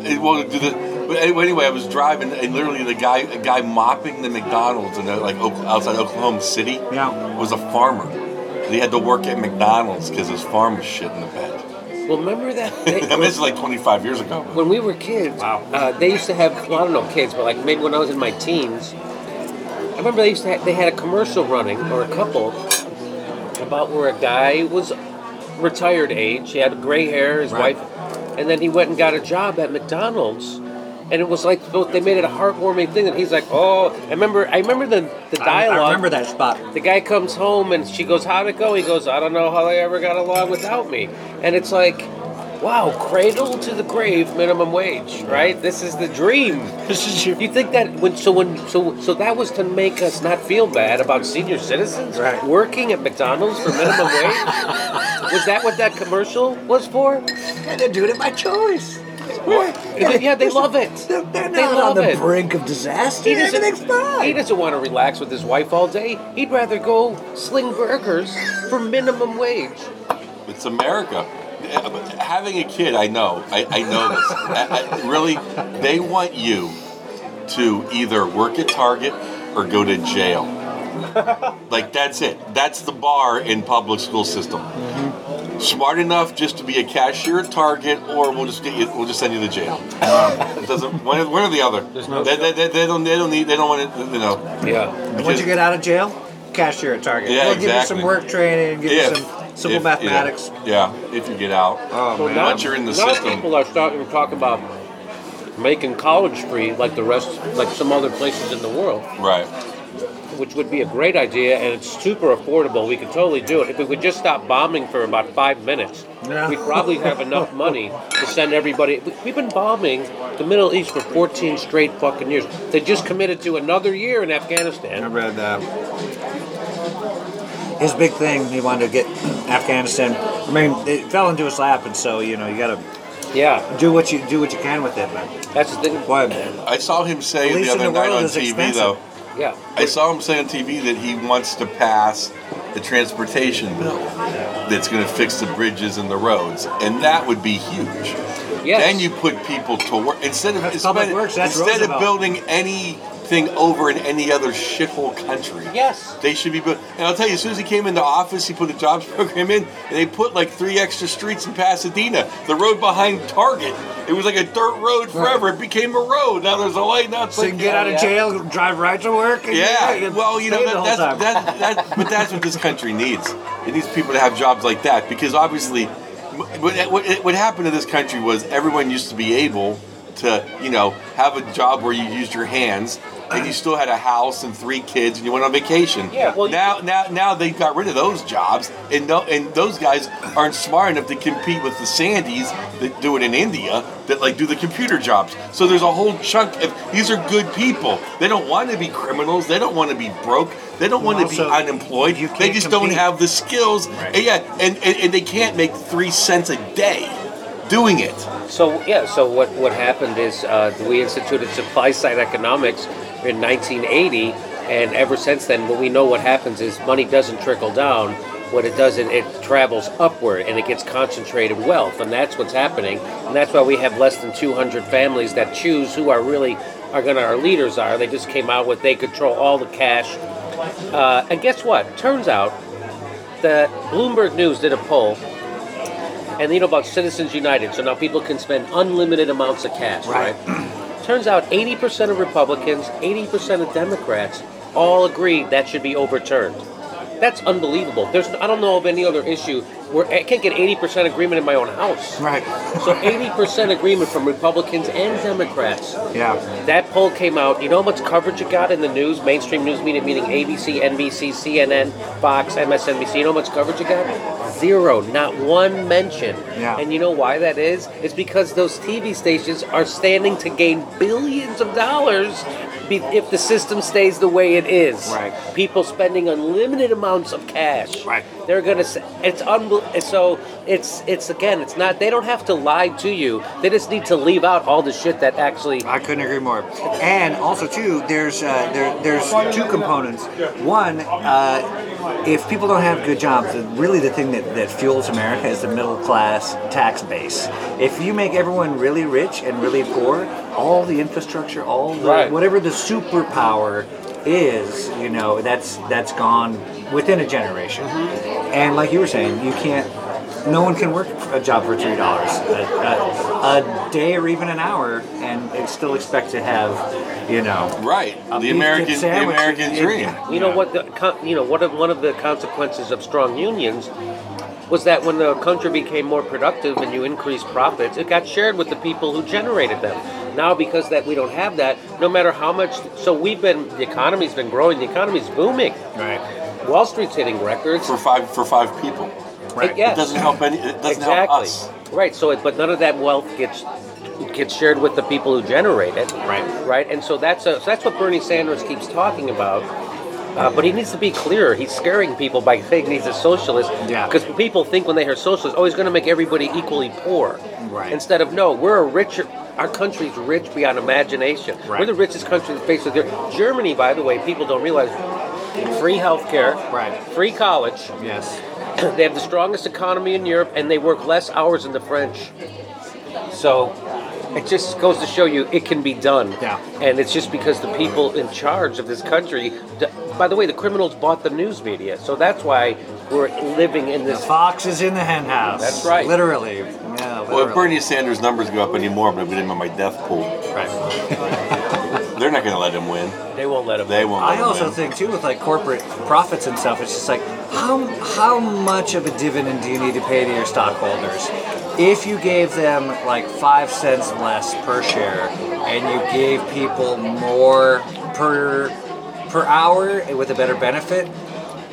Speaker 12: it won't do the. But anyway, anyway, I was driving, and literally the guy, a guy mopping the McDonald's in uh, like Ok- outside Oklahoma City, was a farmer. And he had to work at McDonald's because his farm was shit in the bed.
Speaker 15: Well, remember that
Speaker 12: *laughs*
Speaker 10: *laughs*
Speaker 12: I mean, this is like 25 years ago.
Speaker 15: when we were kids, uh, they used to have well, I don't know kids, but like maybe when I was in my teens, I remember they used to ha- they had a commercial running or a couple about where a guy was retired age. He had gray hair, his
Speaker 13: Right.
Speaker 15: wife, and then he went and got a job at McDonald's, and it was like both they made it a heartwarming thing. And he's like, "Oh, I remember, I remember the the
Speaker 13: I
Speaker 15: dialogue.
Speaker 13: remember that spot.
Speaker 15: The guy comes home and she goes, "How'd it go?" He goes, "I don't know how they ever got along without me." And it's like, wow, cradle to the grave, minimum wage, right? This is the dream. This is your. You think that when so when so so that was to make us not feel bad about senior citizens working at McDonald's for
Speaker 13: *laughs*
Speaker 15: minimum wage? was that what that commercial was for?
Speaker 13: They're doing it by choice.
Speaker 15: Yeah, they love it. They're, they
Speaker 13: not
Speaker 15: love
Speaker 13: on the
Speaker 15: it.
Speaker 13: brink of disaster.
Speaker 15: He doesn't-
Speaker 13: Everything's fine.
Speaker 15: He doesn't want to relax with his wife all day. He'd rather go sling burgers for minimum wage.
Speaker 12: It's America. Yeah, but Having a kid, I know. I, I know this. I, I, really, they want you to either work at Target or go to jail. Like that's it. That's the bar in public school system. Smart enough just to be a cashier at Target, or we'll just get you, we'll just send you to jail. It doesn't one, or- one or the other. they, they, they, they don't they don't need they don't want to you know.
Speaker 15: Yeah.
Speaker 13: And once you get out of jail, cashier at Target.
Speaker 12: Yeah,
Speaker 13: we'll give you
Speaker 12: exactly.
Speaker 13: some work training, give
Speaker 12: If-
Speaker 13: you some simple
Speaker 12: if- yeah.
Speaker 13: mathematics. Oh,
Speaker 12: Yeah, if you get out.
Speaker 15: So now-
Speaker 12: Once you're in the
Speaker 15: now
Speaker 12: system,
Speaker 15: people are starting to talk about making college free, like the rest, like some other places in the world,
Speaker 12: right?
Speaker 15: which would be a great idea, and it's super affordable. We could totally do it if we would just stop bombing for about five minutes.
Speaker 13: Yeah.
Speaker 15: We'd probably have
Speaker 13: *laughs*
Speaker 15: enough money to send everybody. we- We've been bombing the Middle East for 14 straight fucking years. They just committed to another year in Afghanistan. I
Speaker 13: read that. His big thing, he wanted to get Afghanistan. I mean, it fell into his lap, and so you know you gotta
Speaker 15: yeah
Speaker 13: do what you do what you can with it. But
Speaker 15: that's the thing.
Speaker 13: Boy,
Speaker 12: I saw him say
Speaker 13: Police
Speaker 12: the
Speaker 13: in
Speaker 12: other
Speaker 13: the
Speaker 12: night
Speaker 13: world
Speaker 12: on
Speaker 13: is
Speaker 12: TV,
Speaker 13: expensive.
Speaker 12: though.
Speaker 15: Yeah.
Speaker 12: I saw him say on TV that he wants to pass the transportation bill that's going to fix the bridges and the roads, and that would be huge.
Speaker 15: Yes.
Speaker 12: Then you put people to work instead of
Speaker 13: public
Speaker 12: instead,
Speaker 13: works, that's
Speaker 12: instead of
Speaker 13: Roosevelt.
Speaker 12: building anything over in any other shithole country.
Speaker 15: Yes.
Speaker 12: They should be built. And I'll tell you, as soon as he came into office, he put a jobs *laughs* program in, and they put like three extra streets in Pasadena. The road behind Target, it was like a dirt road forever. It became a road. Now there's a light. Now it's
Speaker 13: so you
Speaker 12: like
Speaker 13: can get out of jail, drive right to work. and
Speaker 12: yeah.
Speaker 13: you're- you're
Speaker 12: well, you know
Speaker 13: staying the
Speaker 12: that,
Speaker 13: whole
Speaker 12: that's
Speaker 13: time.
Speaker 12: that, that, but that's what this country needs. It needs people to have jobs like that because obviously, what, what, what happened to this country was everyone used to be able to, you know, have a job where you used your hands and you still had a house and three kids and you went on vacation. Yeah. Well, now, now, now they got rid of those jobs and no, and those guys aren't smart enough to compete with the Sandys that do it in India that like do the computer jobs. So there's a whole chunk of these are good people. They don't want to be criminals. They don't want to be broke. They don't want to be
Speaker 13: Also,
Speaker 12: unemployed. They just don't
Speaker 13: compete.
Speaker 12: have the skills. And yeah, and, and, and they can't make three cents a day doing it.
Speaker 15: So yeah, so what what happened is uh, we instituted supply side economics in 1980, and ever since then, what we know what happens is money doesn't trickle down. What it does, it, it travels upward and it gets concentrated wealth, and that's what's happening. And that's why we have less than 200 families that choose who are really are gonna our leaders are. They just came out with they control all the cash Uh, and guess what? Turns out that Bloomberg News did a poll, and you know about Citizens United, so now people can spend unlimited amounts of cash, right? Turns out 80% of Republicans, 80% of Democrats all agree that should be overturned. That's unbelievable. There's I don't know of any other issue where I can't get 80% agreement in my own house.
Speaker 16: Right. *laughs*
Speaker 15: So 80% agreement from Republicans and Democrats.
Speaker 16: Yeah.
Speaker 15: That poll came out. You know how much coverage it got in the news, mainstream news media, meaning ABC, NBC, CNN, Fox, MSNBC. You know how much coverage it got? Zero. Not one mention.
Speaker 16: Yeah.
Speaker 15: And you know why that is? It's because those TV stations are standing to gain billions of dollars be- if the system stays the way it is. Right. People spending unlimited amounts of cash. Right. They're gonna. s- It's unbel- So it's it's again. It's not. They don't have to lie to you. They just need to leave out all the shit that actually.
Speaker 13: I couldn't agree more. And also too, there's uh, there, there's two components. One, uh, if people don't have good jobs, then really the thing that, that fuels America is the middle class tax base. If you make everyone really rich and really poor, all the infrastructure, all the
Speaker 16: Right.
Speaker 13: whatever the superpower is, you know, that's that's gone within a generation. And like you were saying, you can't. No one can work a job for three dollars a, a, a day or even an hour, and and still expect to have, you know,
Speaker 12: right
Speaker 13: a beef dip sandwich. It-
Speaker 15: You know what? The, con- you know what? Of, one of the consequences of strong unions was that when the country became more productive and you increased profits, it got shared with the people who generated them. Now, because that we don't have that, no matter how much, so we've been the economy's been growing, the economy's booming.
Speaker 13: Right.
Speaker 15: Wall Street's hitting records for
Speaker 12: five for five people.
Speaker 15: Right. yes.
Speaker 12: It doesn't help any. It doesn't
Speaker 15: exactly.
Speaker 12: help us.
Speaker 15: Right. So, it, but none of that wealth gets gets shared with the people who generate it. Right. Right. And so that's a, so that's what Bernie Sanders keeps talking about. Uh, but he needs to be clearer. He's scaring people by saying he's a socialist. Yeah. Because people think when they hear socialist, oh, he's going to make everybody equally poor. Right. Instead of no, we're a richer. Our country's rich beyond imagination. We're the richest country on the face of the earth. Germany, by the way, people don't realize free healthcare, right? Free college.
Speaker 13: Yes.
Speaker 15: *clears throat* They have the strongest economy in Europe, and they work less hours than the French. So it just goes to show you it can be done. Yeah. And it's just because the people in charge of this country. d- By the way, the criminals bought the news media, so that's why we're living in this.
Speaker 13: fox is in the henhouse.
Speaker 15: That's right.
Speaker 13: Literally. Yeah,
Speaker 12: Well, if Bernie Sanders' numbers go up anymore, I'm gonna put him in my death pool.
Speaker 13: Right.
Speaker 12: They're not gonna let him win.
Speaker 15: They won't let him.
Speaker 12: They won't. Let
Speaker 13: I
Speaker 12: him
Speaker 13: also
Speaker 12: win.
Speaker 13: think too with like corporate profits and stuff, it's just like how how much of a dividend do you need to pay to your stockholders? If you gave them like five cents less per share and you gave people more per per hour with a better benefit,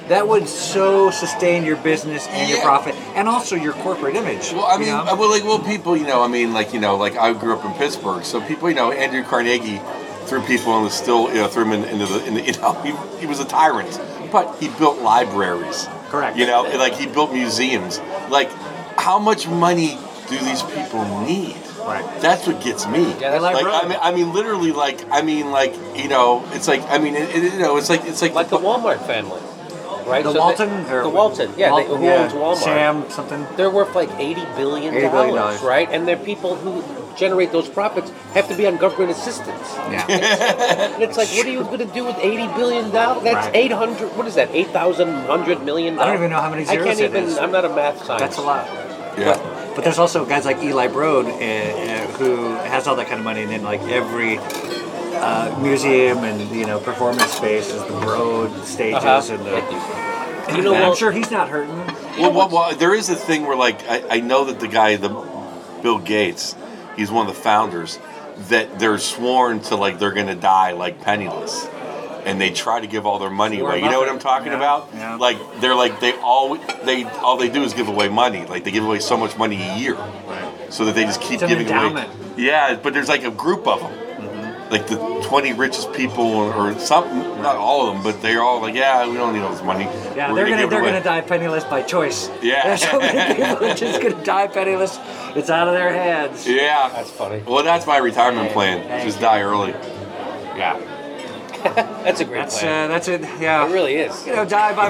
Speaker 13: that would so sustain your business and your profit and also your corporate image.
Speaker 12: Well, I mean,
Speaker 15: uh,
Speaker 12: well, like, well, people, you know, I mean, like, you know, like I grew up in Pittsburgh, so people, you know, Andrew Carnegie threw people in the still, you know, threw him in, into the, in the, you know, *laughs* he, he was a tyrant, but he built libraries.
Speaker 13: Correct.
Speaker 12: You know, and, like he built museums. Like, how much money do these people need? Right. That's what gets me.
Speaker 13: that's
Speaker 12: like,
Speaker 13: right.
Speaker 12: I mean, I mean, literally, like, I mean, like, you know, it's like, I mean, it, it- you know, it's like, it's like, like the
Speaker 15: Walmart family, right?
Speaker 13: The
Speaker 15: So they-
Speaker 13: Walton or-
Speaker 15: the Walton, yeah, they,
Speaker 13: Walton,
Speaker 15: who
Speaker 13: yeah.
Speaker 15: owns Walmart?
Speaker 13: Sam something.
Speaker 15: They're worth like eighty billion
Speaker 13: $80 billion dollars.
Speaker 15: dollars, right? And they're people who generate those profits have to be on government assistance.
Speaker 13: Yeah.
Speaker 15: *laughs* and it's like, what are you going to do with eighty billion dollars? That's
Speaker 13: Right.
Speaker 15: eight hundred. What is that? Eight thousand hundred million.
Speaker 13: I don't even know how many
Speaker 15: I
Speaker 13: zeros
Speaker 15: can't
Speaker 13: it
Speaker 15: even.
Speaker 13: is.
Speaker 15: I'm not a math scientist.
Speaker 13: That's a lot.
Speaker 12: Yeah.
Speaker 13: But there's also guys like Eli Broad uh, uh, who has all that kind of money, and then like every uh, museum and you know performance space is the Broad stages
Speaker 12: Uh-huh.
Speaker 13: and the.
Speaker 12: You know,
Speaker 13: I'm
Speaker 12: well-
Speaker 13: sure he's not hurting.
Speaker 12: Well, well, well, there is a thing where, like, I, I know that the guy, the Bill Gates, he's one of the founders, that they're sworn to like they're gonna die like penniless, and they try to give all their money
Speaker 15: Warren
Speaker 12: away. You know what
Speaker 15: Buffett.
Speaker 12: I'm talking about? Like, they're like they all they all they do is give away money. Like they give away so much money a year, so that they just keep
Speaker 13: It's an
Speaker 12: giving
Speaker 13: endowment. Mm-hmm.
Speaker 12: away. Yeah, but there's like a group of them. Like the 20 richest people, or, or something, not all of them, but they're all like, yeah, we don't need all this money.
Speaker 13: Yeah,
Speaker 12: We're
Speaker 13: they're gonna,
Speaker 12: give it
Speaker 13: they're
Speaker 12: away."
Speaker 13: gonna die penniless by choice.
Speaker 12: Yeah.
Speaker 13: *laughs* There's so
Speaker 12: *laughs*
Speaker 13: many people who are just gonna die penniless. It's out of their hands.
Speaker 12: Yeah. That's
Speaker 15: funny.
Speaker 12: Well, that's my retirement plan. Just die early. Yeah.
Speaker 15: that's a great
Speaker 13: That's
Speaker 15: plan.
Speaker 13: uh, that's it. Yeah, it
Speaker 15: really is.
Speaker 13: You know, die by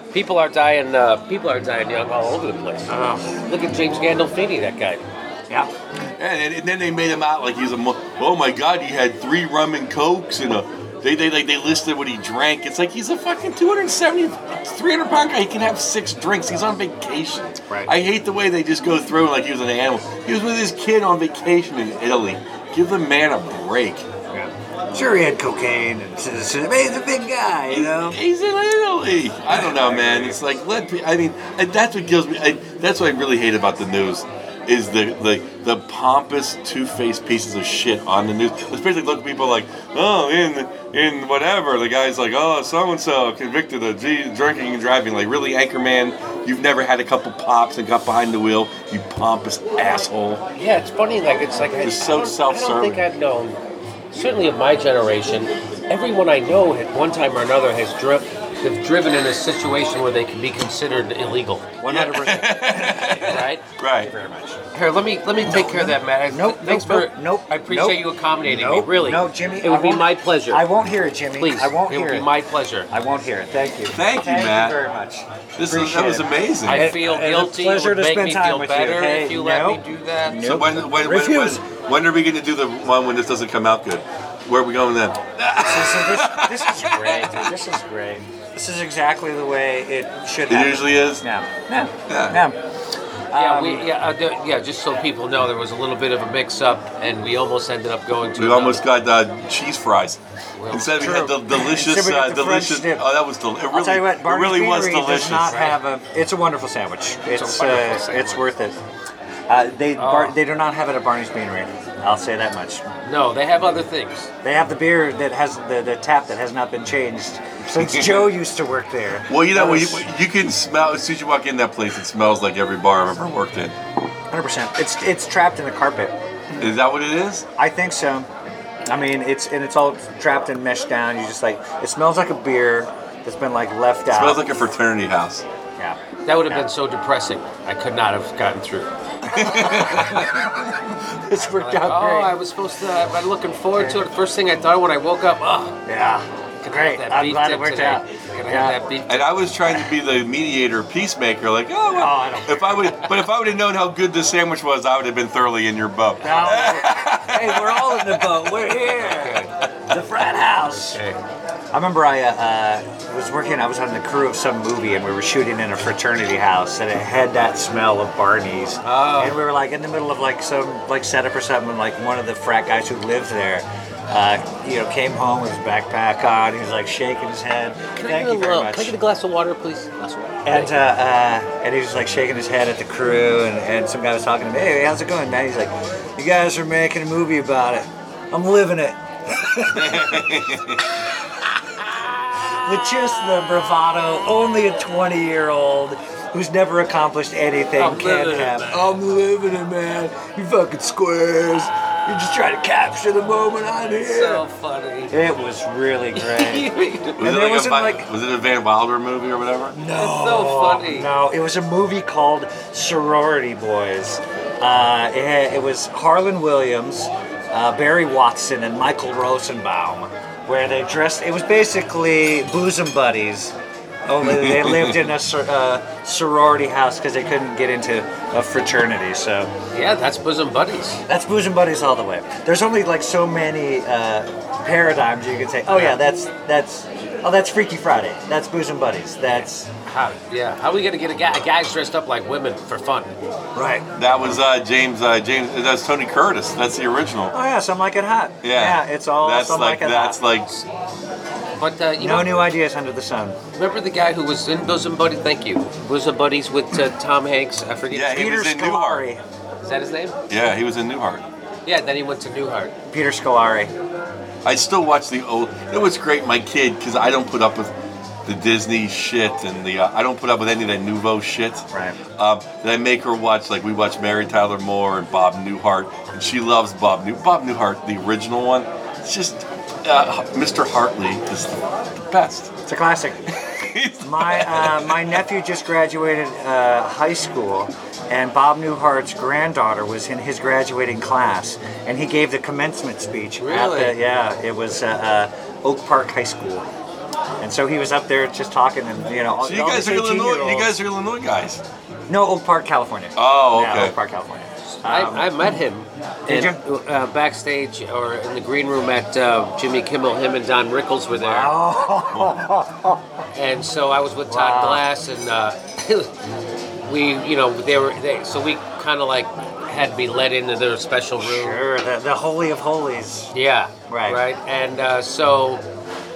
Speaker 12: *laughs*
Speaker 13: my.
Speaker 15: people are dying. Uh, people are dying young all over the place.
Speaker 13: Oh.
Speaker 15: Look at James Gandolfini, that guy.
Speaker 13: Yeah.
Speaker 12: And, and then they made him out like he's a. mo- Oh my God, he had three rum and cokes and a They, they, they, they listed what he drank. It's like he's a fucking 270, 300 pound guy. He can have six drinks. He's on vacation. Right. I hate the way they just go through like he was an animal. He was with his kid on vacation in Italy. Give the man a break.
Speaker 13: Sure, he had cocaine. And, *laughs* he's a big guy, you know?
Speaker 12: He's in Italy. I don't know, man. It's like let me. I mean, and that's what kills me. I, that's what I really hate about the news is the the, the pompous, two-faced pieces of shit on the news. Especially look at people like, oh, in in whatever. The guy's like, oh, so and so convicted of g- drinking and driving. Like really, Anchorman, you've never had a couple pops and got behind the wheel. You pompous asshole.
Speaker 15: Yeah, it's funny. Like it's like
Speaker 12: Just so
Speaker 15: I, don't- I
Speaker 12: self-serving.
Speaker 15: don't think I've known. Certainly of my generation, everyone I know at one time or another has driven. They've driven in a situation where they can be considered illegal. One hundred percent. *laughs* Right.
Speaker 12: Right.
Speaker 15: very much. Here, let me let me take care of that, Matt. I-
Speaker 13: Nope,
Speaker 15: Thanks
Speaker 13: nope,
Speaker 15: for.
Speaker 13: nope,
Speaker 15: I appreciate
Speaker 13: nope,
Speaker 15: you accommodating
Speaker 13: nope,
Speaker 15: me. Really.
Speaker 13: No, Jimmy.
Speaker 15: It would
Speaker 13: I
Speaker 15: be
Speaker 13: won't-
Speaker 15: my pleasure.
Speaker 13: I won't hear it, Jimmy.
Speaker 15: Please.
Speaker 13: I won't
Speaker 15: it
Speaker 13: hear
Speaker 15: would
Speaker 13: it.
Speaker 15: be my pleasure.
Speaker 13: I won't hear it. Thank you.
Speaker 12: Thank you,
Speaker 13: Thank
Speaker 12: Matt.
Speaker 13: you very much.
Speaker 12: This is,
Speaker 13: Appreciate
Speaker 12: that was
Speaker 13: it.
Speaker 12: amazing.
Speaker 15: I feel
Speaker 13: and a
Speaker 15: guilty. It
Speaker 13: pleasure
Speaker 15: would
Speaker 13: to
Speaker 15: make
Speaker 13: spend
Speaker 15: me
Speaker 13: time
Speaker 15: feel
Speaker 13: with you.
Speaker 15: better
Speaker 13: Hey,
Speaker 15: if you
Speaker 13: nope.
Speaker 15: let me do that.
Speaker 12: So when, when, when, when, when,
Speaker 13: Refuse.
Speaker 12: when are we going to do the one when this doesn't come out good? Where are we going then? *laughs*
Speaker 13: this, this is great. dude. This is great. This is exactly the way it should
Speaker 12: It
Speaker 13: happen.
Speaker 12: usually is.
Speaker 13: No. No.
Speaker 12: Yeah.
Speaker 13: No.
Speaker 15: Yeah, we,
Speaker 13: Um,
Speaker 15: yeah, uh, there- yeah. Just so people know, there was a little bit of a mix-up, and we almost ended up going to.
Speaker 12: We almost got uh, cheese fries.
Speaker 15: Well,
Speaker 12: Instead, we
Speaker 15: true.
Speaker 12: had the delicious,
Speaker 13: Instead we got
Speaker 12: uh,
Speaker 13: the French
Speaker 12: delicious.
Speaker 13: dip.
Speaker 12: Oh, that was del- it really,
Speaker 13: I'll tell you what,
Speaker 12: it
Speaker 13: Barney's
Speaker 12: really was
Speaker 13: Beanery
Speaker 12: delicious.
Speaker 13: does not have a. It's a wonderful sandwich. It's,
Speaker 15: a wonderful
Speaker 13: uh,
Speaker 15: sandwich. Oh.
Speaker 13: it's worth it. Uh, they bar, they do not have it at Barney's Beanery. I'll say that much.
Speaker 15: No, they have other things.
Speaker 13: They have the beer that has the, the tap that has not been changed since *laughs* Joe used to work there.
Speaker 12: well, you know,
Speaker 13: That
Speaker 12: when you,
Speaker 13: was-
Speaker 12: you can smell as soon as you walk in that place. It smells like every bar I've ever worked in.
Speaker 13: 100%. It's it's trapped in the carpet.
Speaker 12: Is that what it is?
Speaker 13: I think so. I mean, it's and it's all trapped and meshed down. You just like it smells like a beer that's been like left
Speaker 12: It
Speaker 13: out.
Speaker 12: smells like a fraternity house.
Speaker 13: yeah.
Speaker 15: That would have been so depressing. I could not have gotten through.
Speaker 13: *laughs* It's worked
Speaker 15: Like, oh,
Speaker 13: out great.
Speaker 15: I was supposed to. I've been looking forward to it. First thing I thought when I woke up, oh,
Speaker 13: yeah,
Speaker 15: gonna
Speaker 13: great.
Speaker 15: Have that
Speaker 13: I'm
Speaker 15: beef
Speaker 13: glad
Speaker 15: dip
Speaker 13: it worked
Speaker 15: today.
Speaker 13: out.
Speaker 15: Gonna
Speaker 13: Yeah.
Speaker 15: have that beef.
Speaker 12: And I was trying to be the mediator, peacemaker. Like, oh, well,
Speaker 13: I don't
Speaker 12: if I would, but if I would have known how good this sandwich was, I would have been thoroughly in your boat.
Speaker 13: hey, we're all in the boat. We're here. *laughs* The frat house. I remember I uh, uh, was working. I was on the crew of some movie, and we were shooting in a fraternity house, and it had that smell of Barney's.
Speaker 15: Oh.
Speaker 13: And we were like in the middle of like some like setup or something, and like one of the frat guys who lived there. Uh, you know, came home with his backpack on. He was like shaking his head.
Speaker 15: Can I
Speaker 13: Thank
Speaker 15: get a
Speaker 13: you very
Speaker 15: little-
Speaker 13: much.
Speaker 15: Can I get a glass of water, please? Glass of water.
Speaker 13: And uh, uh, and he was like shaking his head at the crew, and, and some guy was talking to me. Hey, how's it going, man? He's like, you guys are making a movie about it. I'm living it. *laughs* With just the bravado only a 20 year old who's never accomplished anything
Speaker 15: I'm
Speaker 13: can
Speaker 15: living it,
Speaker 13: have.
Speaker 15: man.
Speaker 13: I'm living it, man. You fucking squares. You're just trying to capture the moment on here.
Speaker 15: so funny.
Speaker 13: it was
Speaker 15: *laughs*
Speaker 13: really great.
Speaker 12: Was
Speaker 13: And
Speaker 12: it
Speaker 13: there
Speaker 12: like, a,
Speaker 13: wasn't,
Speaker 12: Vi-
Speaker 13: like-
Speaker 12: was it a Van Wilder movie or whatever?
Speaker 15: It's so funny.
Speaker 13: Oh, No, it was a movie called Sorority Boys. Uh, it, had- it was Harlan Williams, uh, Barry Watson, and Michael Rosenbaum, where they dressed. It was basically bosom buddies. Only they lived in a sor- uh, sorority house because they couldn't get into a fraternity. So
Speaker 15: Yeah, that's bosom buddies.
Speaker 13: that's bosom buddies all the way. There's only like so many uh, paradigms you can say. Oh yeah, that's that's oh that's Freaky Friday. That's bosom buddies. That's
Speaker 15: How? Yeah. How are we gonna get a guy? Guys dressed up like women for fun.
Speaker 13: right.
Speaker 12: That was uh, James. Uh, James. That's Tony Curtis. That's the original.
Speaker 13: Oh yeah, some like it hot.
Speaker 12: Yeah.
Speaker 13: it's all
Speaker 12: That's
Speaker 13: some
Speaker 12: like,
Speaker 13: like, it
Speaker 12: that's
Speaker 13: hot.
Speaker 12: like
Speaker 15: But uh, you
Speaker 13: no
Speaker 15: know,
Speaker 13: new ideas under the sun.
Speaker 15: remember the guy who was in bosom buddy? Thank you. Bosom buddies with uh, Tom Hanks. I forget.
Speaker 12: Yeah,
Speaker 15: his
Speaker 12: he
Speaker 13: Peter
Speaker 12: was in Newhart.
Speaker 13: Scolari.
Speaker 15: name. Is that his name?
Speaker 12: Yeah, he was in Newhart.
Speaker 15: Yeah. Then he went to Newhart.
Speaker 13: Peter Scolari.
Speaker 12: I still watch the old. You know what's great, my kid, because I don't put up with the Disney shit and the. Uh, I don't put up with any of that nouveau shit.
Speaker 13: Right.
Speaker 12: Um, that I make her watch like we watch Mary Tyler Moore and Bob Newhart, and she loves Bob New Bob Newhart, the original one. It's just uh, Mr. Hartley is the best. *laughs*
Speaker 13: It's a classic. my uh, my nephew just graduated uh, high school, and Bob Newhart's granddaughter was in his graduating class, and he gave the commencement speech. at
Speaker 15: Really?
Speaker 13: the- yeah, it was uh, uh, Oak Park High School, and so he was up there just talking, and you know, all,
Speaker 12: So you
Speaker 13: all
Speaker 12: guys are
Speaker 13: these
Speaker 12: Illinois. You
Speaker 13: 18-year-olds.
Speaker 12: guys are Illinois guys.
Speaker 13: No, Oak Park, California.
Speaker 12: Oh,
Speaker 13: Yeah,
Speaker 12: okay.
Speaker 13: Oak Park, California. Um,
Speaker 15: I, I met him.
Speaker 17: Did
Speaker 15: in- Uh, backstage or in the green room at uh, Jimmy Kimmel, him and Don Rickles were there. and so I was with Todd
Speaker 17: Wow.
Speaker 15: Glass, and uh, *laughs* we, you know, they were, they, so we kind of like had to be let into their special room.
Speaker 13: Sure, the, the holy of holies.
Speaker 15: Yeah. Right. Right. And uh, so,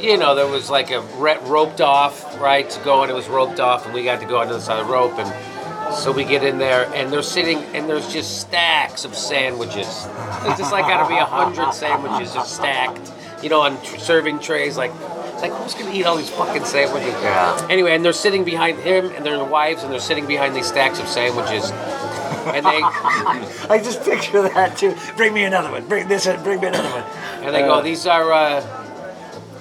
Speaker 15: you know, there was like a re- roped off, right, to go, and it was roped off, and we got to go on the other side of the rope, and so we get in there, and they're sitting, and there's just stacks of sandwiches. It's just like got to be a *laughs* hundred sandwiches just stacked, you know, on tr- serving trays, like. It's like, who's gonna eat all these fucking sandwiches?
Speaker 17: Yeah.
Speaker 15: Anyway, and they're sitting behind him and their wives, and they're sitting behind these stacks of sandwiches. And *laughs* they
Speaker 13: I just picture that too. Bring me another one. Bring this. in, Bring me another one.
Speaker 15: And they go, these are, uh,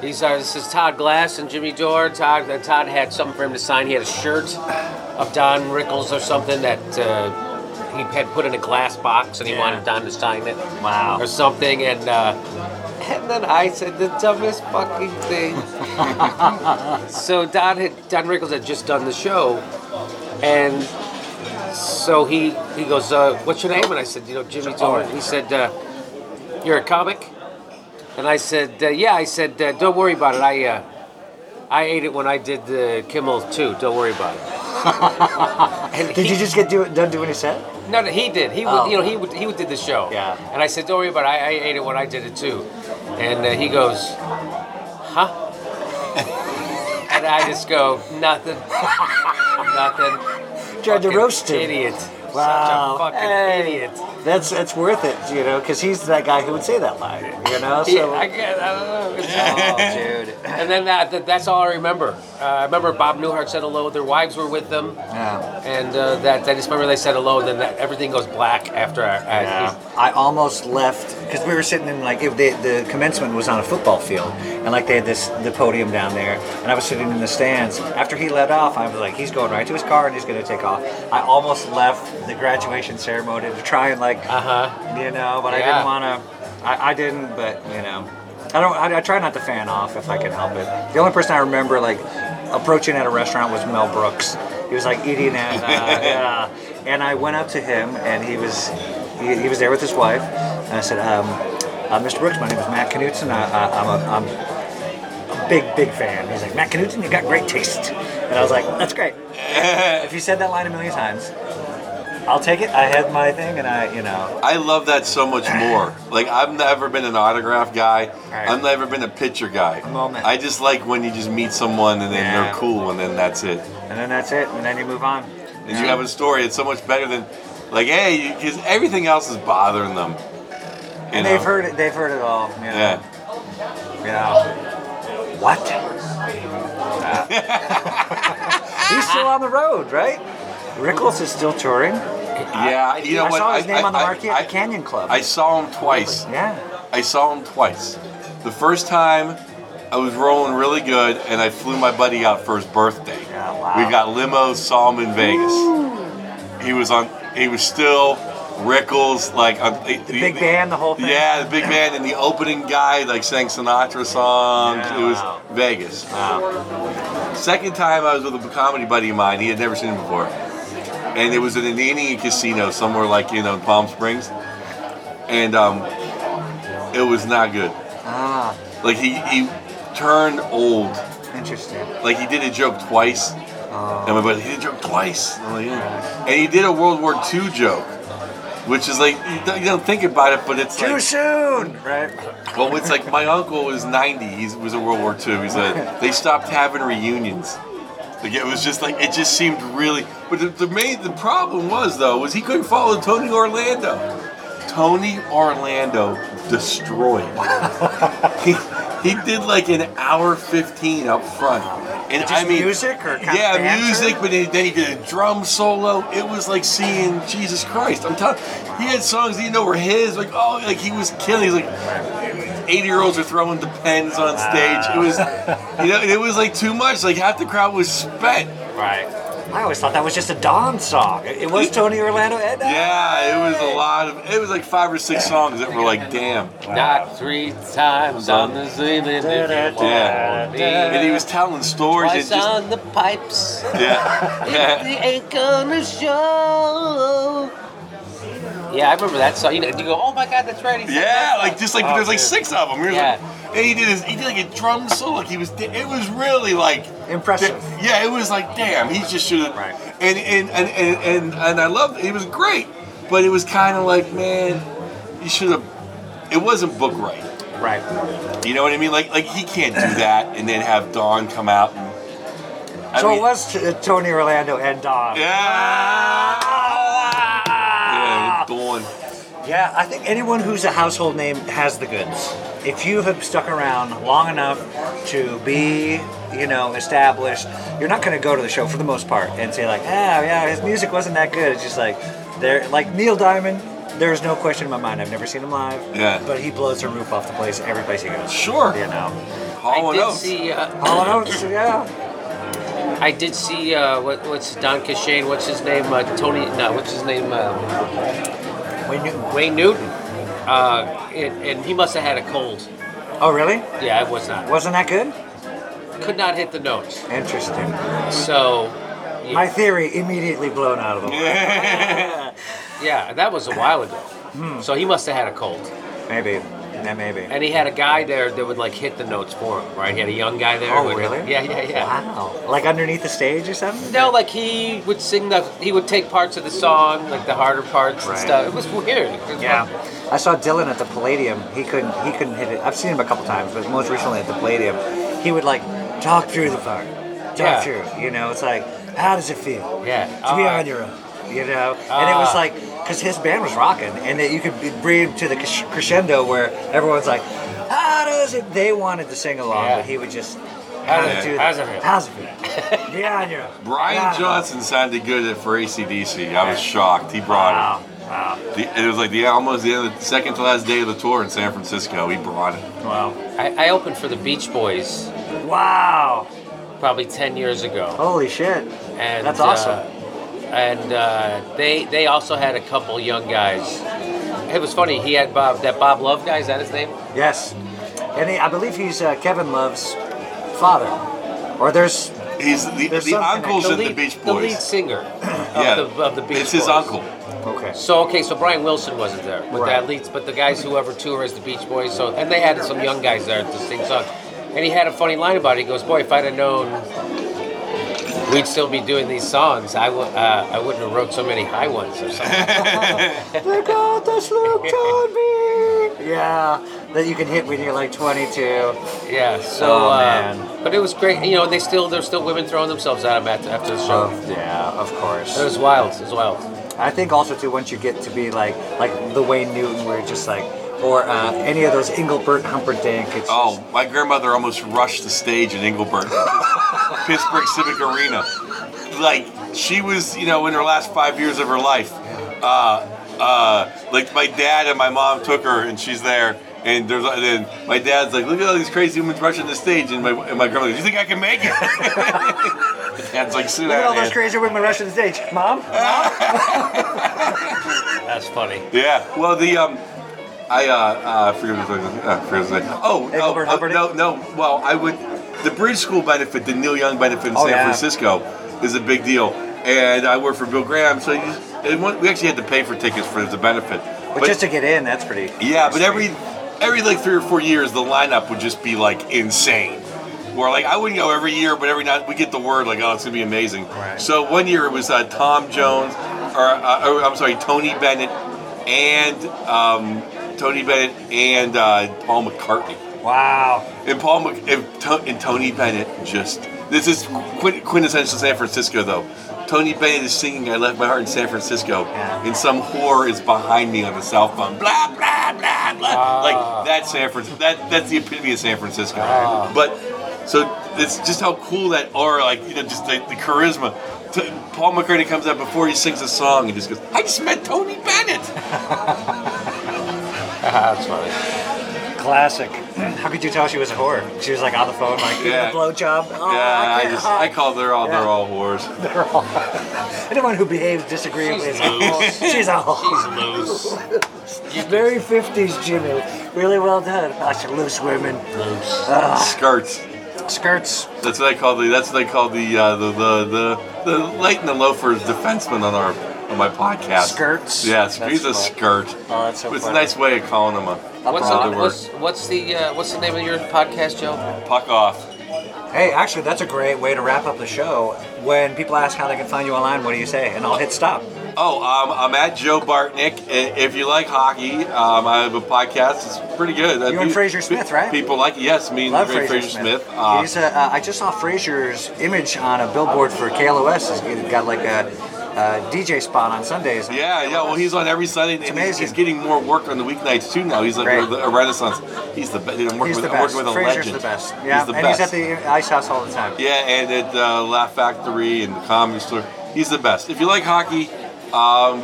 Speaker 15: these are, this is Todd Glass and Jimmy Dore. Todd, uh, Todd had something for him to sign. He had a shirt of Don Rickles or something that uh, he had put in a glass box and he
Speaker 17: Yeah.
Speaker 15: wanted Don to sign it. Wow. Or something. And, uh, and then I said the dumbest fucking
Speaker 13: *laughs*
Speaker 15: thing. so Don had, Don Rickles had just done the show and so he, he goes, uh, what's your name? And I said, you know, Jimmy Dore. And he said, uh, you're a comic? And I said, uh, yeah. I said, uh, don't worry about it. I uh, I ate it when I did the Kimmel too. Don't worry about
Speaker 13: *laughs*
Speaker 15: it. and
Speaker 13: Did you just get do, done doing a set?
Speaker 15: No, no, he did. He
Speaker 13: Oh.
Speaker 15: would, you know, he would, he would did the show. Yeah. And I said, don't worry about it. I, I ate it when I did it too. And uh, he goes,
Speaker 13: *laughs*
Speaker 15: huh? and I just go, nothing, nothing.
Speaker 13: Tried to
Speaker 15: Fucking
Speaker 13: roast him.
Speaker 15: Idiot.
Speaker 13: Wow.
Speaker 15: Such a fucking
Speaker 13: Hey.
Speaker 15: idiot.
Speaker 13: That's that's worth it, you know, because he's that guy who would say that line, you know. So oh,
Speaker 15: Yeah, I guess, I don't know. It's- And then that, that that's all I remember. Uh, I remember Bob Newhart said hello. Their wives were with them,
Speaker 13: Yeah.
Speaker 15: and uh, that I just remember they said hello. And then that, everything goes black after I. I
Speaker 13: Yeah. I almost left because we were sitting in like it, the, the commencement was on a football field and like they had this the podium down there and I was sitting in the stands. After he let off, I was like, he's going right to his car and he's going to take off. I almost left the graduation ceremony to try and like, uh
Speaker 15: uh-huh.
Speaker 13: huh, you know, but I
Speaker 15: Yeah.
Speaker 13: didn't want to. I, I didn't, but you know, I don't. I, I try not to fan off if I can help it. The only person I remember like approaching at a restaurant was Mel Brooks. He was like eating at, uh, yeah. and I went up to him, and he was he, he was there with his wife, and I said, um, uh, "Mr. Brooks, my name is Matt Knutson. I, I, I'm, a, I'm a big, big fan." He's like, "Matt Knutson, you got great taste," and I was like, "That's great." if you said that line a million times, I'll take it. I had my thing, and I, you know,
Speaker 12: I love that so much more. Like I've never been an autograph guy. I've never been a picture guy.
Speaker 13: Moment.
Speaker 12: I just like when you just meet someone and then
Speaker 13: Yeah.
Speaker 12: they're cool and then that's it.
Speaker 13: and then that's it, and then you move on.
Speaker 12: And you have a story. It's so much better than like hey, because everything else is bothering them. You
Speaker 13: and
Speaker 12: know?
Speaker 13: they've heard it. They've heard it all. You know.
Speaker 12: Yeah.
Speaker 13: Yeah.
Speaker 12: *laughs*
Speaker 13: What? He's still on the road, right? Rickles is still touring.
Speaker 12: Yeah, you know
Speaker 13: I
Speaker 12: what?
Speaker 13: saw his
Speaker 12: I-
Speaker 13: name on the
Speaker 12: I-
Speaker 13: marquee at the Canyon Club.
Speaker 12: I saw him twice.
Speaker 13: Yeah.
Speaker 12: I saw him twice. The first time, I was rolling really good, and I flew my buddy out for his birthday.
Speaker 13: Oh,
Speaker 12: We got limo, saw him in Vegas. He was on. He was still Rickles, like on, the,
Speaker 13: big band, the whole thing?
Speaker 12: Yeah, the big band, and the opening guy like sang Sinatra songs.
Speaker 13: Yeah,
Speaker 12: it was
Speaker 13: wow.
Speaker 12: Vegas. Second time I was with a comedy buddy of mine. He had never seen him before, and it was at an Indian casino somewhere like you know in Palm Springs, and um, it was not good.
Speaker 13: Ah,
Speaker 12: Like he he turned old.
Speaker 13: interesting.
Speaker 12: Like he did a joke twice. And
Speaker 13: Oh.
Speaker 12: my buddy, he did a joke twice. I'm
Speaker 13: Uh,
Speaker 12: like, Oh, "Yeah." And he did a World War II joke, which is like you don't, you don't think about it, but it's
Speaker 13: Too
Speaker 12: like
Speaker 13: soon, right?
Speaker 12: well, it's like my uncle was 90. He was in World War II. He's a, they stopped having reunions. Like it was just like it just seemed really. But the, the main the problem was though was he couldn't follow Tony Orlando. Tony Orlando
Speaker 13: *laughs*
Speaker 12: destroyed. he he did like an hour 15 up front. And
Speaker 13: Just
Speaker 12: I mean
Speaker 13: music or kind of
Speaker 12: yeah,
Speaker 13: banter?
Speaker 12: music. But then then he did a drum solo. It was like seeing Jesus Christ. I'm telling. He had songs he didn't know were his. Like oh, like he was killing. He's like, eighty year olds are throwing the pens on stage. It was, you know, it was like too much. Like half the crowd was spent.
Speaker 13: Right. I always thought that was just a Don song. It was Tony Orlando. And uh,
Speaker 12: Yeah, it was a lot of. It was like five or six songs that were like, damn.
Speaker 15: Not three times on the same
Speaker 12: Yeah. And he was telling stories and
Speaker 15: Oh, Twice
Speaker 12: just
Speaker 15: on the pipes.
Speaker 12: *laughs* yeah.
Speaker 15: They ain't gonna show. Yeah, I remember that song. You, know, you go, oh my god, that's right. he sang
Speaker 12: Yeah,
Speaker 15: that
Speaker 12: like
Speaker 15: song."
Speaker 12: just like
Speaker 15: Oh,
Speaker 12: there's like
Speaker 15: dude.
Speaker 12: six of them. He was
Speaker 15: Yeah.
Speaker 12: like, and he did his, he did like a drum solo. Like he was, it was really like
Speaker 13: impressive.
Speaker 12: yeah, it was like damn, he just should have. Right. And and and and and, and I loved it. It was great, but it was kind of like man, you should have. It wasn't book right.
Speaker 18: Right.
Speaker 12: You know what I mean? Like like he can't
Speaker 13: *clears throat*
Speaker 12: do that and then have Dawn come out. And, I
Speaker 13: so
Speaker 12: mean,
Speaker 13: it was t- uh, Tony Orlando and Don.
Speaker 12: Yeah, Dawn.
Speaker 13: Yeah, I think anyone who's a household name has the goods. If you have stuck around long enough to be, you know, established, you're not going to go to the show for the most part and say like, ah, yeah, his music wasn't that good. It's just like, there, like Neil Diamond. There is no question in my mind. I've never seen him live.
Speaker 12: Yeah.
Speaker 13: But he blows the roof off the place every place he goes.
Speaker 12: Sure.
Speaker 13: You know.
Speaker 12: Hall
Speaker 15: I did see. Uh,
Speaker 13: Hall and Oates, yeah.
Speaker 15: I did see uh, what, what's Don Cashane, what's his name? Uh, Tony, no, what's his name? Uh,
Speaker 13: Wayne Newton.
Speaker 15: Wayne Newton. Uh, and, and he must have had a cold.
Speaker 13: Oh, really?
Speaker 15: Yeah, it was not.
Speaker 13: Wasn't that good?
Speaker 15: Could not hit the notes.
Speaker 13: Interesting.
Speaker 15: So,
Speaker 13: My theory immediately blown out of the water.
Speaker 15: yeah, that was a while ago. So he must have had a cold.
Speaker 13: Maybe. That may be.
Speaker 15: And he had a guy there that would like hit the notes for him, right? He had a young guy there.
Speaker 13: Oh,
Speaker 15: who would-
Speaker 13: really?
Speaker 15: Yeah, yeah, yeah.
Speaker 13: Wow. Like underneath the stage or something?
Speaker 15: No, like he would sing the, he would take parts of the song, like the harder parts
Speaker 13: Right.
Speaker 15: and stuff. It was weird.
Speaker 13: Yeah. I saw Dylan at the Palladium. He couldn't he couldn't hit it. I've seen him a couple times, but most recently at the Palladium, he would like talk through the part. Talk
Speaker 15: Yeah.
Speaker 13: through. You know, it's like, how does it feel?
Speaker 15: Yeah.
Speaker 13: To be
Speaker 15: Uh,
Speaker 13: on your own. You know? and it was
Speaker 12: uh.
Speaker 15: Ah.
Speaker 13: like because his band was rocking and that you could be- bring him to the cres- crescendo where everyone's like, How does it they wanted to sing along, but he would just
Speaker 12: How's
Speaker 13: kinda
Speaker 12: it-
Speaker 13: do
Speaker 12: how's
Speaker 13: that.
Speaker 12: it feel?
Speaker 13: How's it feel? Be on your own.
Speaker 12: *laughs* Brian
Speaker 13: Yeah.
Speaker 12: Johnson sounded good at for ACDC. I was shocked. He brought it.
Speaker 13: Wow.
Speaker 12: The, it was like the almost the, other, second to last day of the tour in San Francisco. He brought it.
Speaker 13: Wow.
Speaker 15: I, I opened for the Beach Boys.
Speaker 13: Wow.
Speaker 15: Probably 10 years ago.
Speaker 13: Holy shit.
Speaker 15: And
Speaker 13: Oh, That's awesome.
Speaker 15: uh, and uh, they they also had a couple young guys. It was funny. He had Bob that Bob Love guy. Is that his name?
Speaker 13: Yes, and he, I believe he's uh, Kevin Love's father, or there's
Speaker 12: he's the, the uncle's in the Beach
Speaker 15: The
Speaker 12: Boys.
Speaker 15: lead
Speaker 12: *clears throat*
Speaker 15: singer of,
Speaker 12: Yeah,
Speaker 15: the, of the Beach
Speaker 12: it's his
Speaker 15: Boys.
Speaker 12: uncle.
Speaker 13: Okay.
Speaker 15: So okay, so Brian Wilson wasn't there with
Speaker 12: Right.
Speaker 15: that leads, but the guys who ever tour as the Beach Boys. So and they had some young guys there to sing songs. And he had a funny line about it. He goes, "Boy, if I'd have known we'd still be doing these songs, I would uh, I wouldn't have wrote so many high ones or
Speaker 13: *laughs*
Speaker 15: something."
Speaker 13: Look out, the sloop told me. Yeah, that you can hit when you're like 22.
Speaker 15: Yeah. So,
Speaker 13: Oh,
Speaker 15: uh,
Speaker 13: man.
Speaker 15: but it was great. You know, they still there's still women throwing themselves at him after, after the show.
Speaker 13: Of- yeah, of course.
Speaker 15: It was wild. It was wild.
Speaker 13: I think also too once you get to be like like the Wayne Newton, where just like or uh, any of those Engelbert Humperdinck. It's
Speaker 12: Oh, my grandmother almost rushed the stage in Engelbert, *laughs* Pittsburgh Civic Arena. Like she was, you know, in her last five years of her life. Uh, uh, like my dad and my mom took her, and she's there. And there's, and then my dad's like, "Look at all these crazy women rushing the stage," and my and my grandmother, "Do you think I can make it?" *laughs* My dad's like, "Sit
Speaker 13: look at all
Speaker 12: down."
Speaker 13: those
Speaker 12: man."
Speaker 13: crazy women rushing the stage, mom.
Speaker 15: That's funny.
Speaker 12: Yeah. Well, the um, I uh, uh I forget what I was uh, I forget what I was like. Oh, oh, oh, no, no. Well, I would. The Bridge School benefit, the Neil Young benefit in
Speaker 13: Oh,
Speaker 12: San
Speaker 13: yeah.
Speaker 12: Francisco, is a big deal. And I work for Bill Graham, so you, and one, we actually had to pay for tickets for the benefit.
Speaker 13: But, just to get in, that's pretty.
Speaker 12: yeah, but every every like three or four years, the lineup would just be like insane. Where like I wouldn't go every year, but every night we get the word like, oh, it's gonna be amazing. So one year it was uh, Tom Jones, or uh, oh, I'm sorry, Tony Bennett, and um, Tony Bennett and uh, Paul McCartney.
Speaker 13: Wow.
Speaker 12: And Paul Mc- and, to- and Tony Bennett just this is quint- quintessential San Francisco though. Tony Bennett is singing "I Left My Heart in San Francisco," and some whore is behind me on the cell phone. Blah blah blah blah.
Speaker 13: Ah.
Speaker 12: like that's San Francisco. That that's the epitome of San Francisco.
Speaker 13: Ah.
Speaker 12: But so it's just how cool that aura, like you know, just the, the charisma. T- Paul McCartney comes out before he sings a song and just goes, "I just met Tony Bennett."
Speaker 15: that's funny.
Speaker 13: Classic. *clears throat* How could you tell she was a whore? She was like on the phone, like give me
Speaker 12: Yeah.
Speaker 13: a blowjob. Oh,
Speaker 12: yeah, I,
Speaker 13: can't-
Speaker 12: just
Speaker 13: oh.
Speaker 12: I call they're all
Speaker 13: Yeah.
Speaker 12: they're all whores.
Speaker 13: They're all- Anyone who behaves disagreeably is a whore. She's a whore.
Speaker 15: loose.
Speaker 13: Very 50s, Jimmy. Really well done. Lots of loose women.
Speaker 15: Loose.
Speaker 12: Skirts.
Speaker 13: Skirts.
Speaker 12: That's what I call the. That's what I call the uh, the, the the the light and the loafers defenseman on our on my podcast.
Speaker 11: Skirts?
Speaker 12: Yes,
Speaker 11: That's
Speaker 12: he's a
Speaker 11: cool.
Speaker 12: skirt.
Speaker 11: Oh, that's so
Speaker 12: It's a
Speaker 11: funny.
Speaker 12: nice way of calling him a.
Speaker 11: What's
Speaker 12: a
Speaker 11: the,
Speaker 12: good
Speaker 11: what's, what's the uh, what's the name of your podcast, Joe?
Speaker 12: Puck off.
Speaker 13: Hey, actually, that's a great way to wrap up the show. When people ask how they can find you online, what do you say? And I'll hit stop.
Speaker 12: Oh, um, I'm at Joe Bartnick. I- If you like hockey, um, I have a podcast. It's pretty good. Uh,
Speaker 13: You and Fraser Smith, right?
Speaker 12: People like it. Yes, me and
Speaker 13: Love
Speaker 12: the great
Speaker 13: Fraser
Speaker 12: Fraser
Speaker 13: Smith.
Speaker 12: Smith. Uh,
Speaker 13: He's a, uh, I just saw Fraser's image on a billboard for KLOS. He's got like a, a DJ spot on Sundays.
Speaker 12: yeah, yeah. Well, he's on every Sunday. and he's,
Speaker 13: amazing.
Speaker 12: he's getting more work on the weeknights too now. He's like
Speaker 13: Great.
Speaker 12: a, a renaissance. He's the best. I'm working
Speaker 13: He's
Speaker 12: with,
Speaker 13: the
Speaker 12: I'm
Speaker 13: best.
Speaker 12: working with a
Speaker 13: Fraser's
Speaker 12: legend.
Speaker 13: the best. Yeah,
Speaker 12: he's the
Speaker 13: and
Speaker 12: best.
Speaker 13: he's at the Ice House all the time.
Speaker 12: Yeah, and at uh, Laugh Factory and the Comedy Store. He's the best. If you like hockey, um,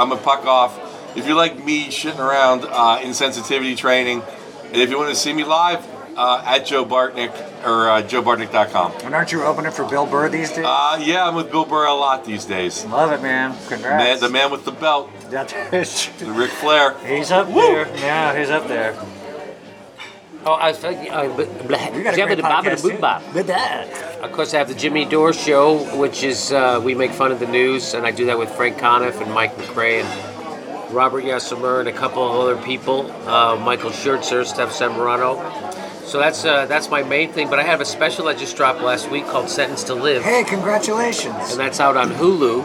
Speaker 12: I'm a puck off. If you like me shitting around uh, insensitivity training, and if you want to see me live, uh, at Joe Bartnick or uh, joebartnick.com.
Speaker 13: And aren't you opening for Bill Burr these days?
Speaker 12: Uh, yeah, I'm with Bill Burr a lot these days.
Speaker 13: Love it, man.
Speaker 12: Man,
Speaker 13: Congrats.
Speaker 12: the man with the belt,
Speaker 13: *laughs* That-
Speaker 12: the Ric Flair.
Speaker 13: he's up there. Yeah, he's up there.
Speaker 15: Oh, I was thinking, uh, but,
Speaker 13: You got a great podcast, too.
Speaker 15: Of course, I have the Jimmy Dore show, which is uh, we make fun of the news, and I do that with Frank Conniff and Mike McRae and Robert Yesimer and a couple of other people, uh, Michael Schertzer, Steph Sembrano. So that's uh, that's my main thing. But I have a special I just dropped last week called "Sentence to Live."
Speaker 13: Hey, congratulations!
Speaker 15: and that's out on Hulu.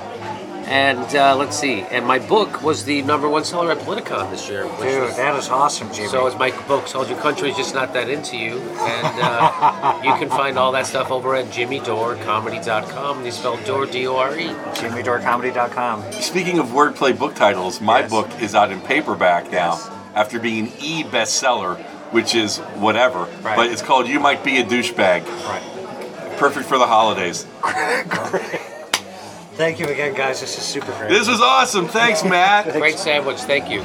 Speaker 15: And uh, let's see. And my book was the number one seller at Politicon this year. Which
Speaker 13: Dude,
Speaker 15: was-
Speaker 13: that is awesome, Jimmy.
Speaker 15: So is my book called "Your Country's Just Not That Into You," and uh, you can find all that stuff over at jimmydorcomedy.com. They spell Dore D O R E.
Speaker 13: JimmyDoorComedy.com.
Speaker 12: Speaking of wordplay book titles, my book is out in paperback now after being an e bestseller, which is whatever.
Speaker 13: Right.
Speaker 12: But it's called You Might Be a Douchebag.
Speaker 13: Right.
Speaker 12: Perfect for the holidays.
Speaker 13: Thank you again, guys. This is super great.
Speaker 12: This was awesome.
Speaker 13: *laughs*
Speaker 12: Thanks, Matt.
Speaker 15: Great sandwich. Thank you.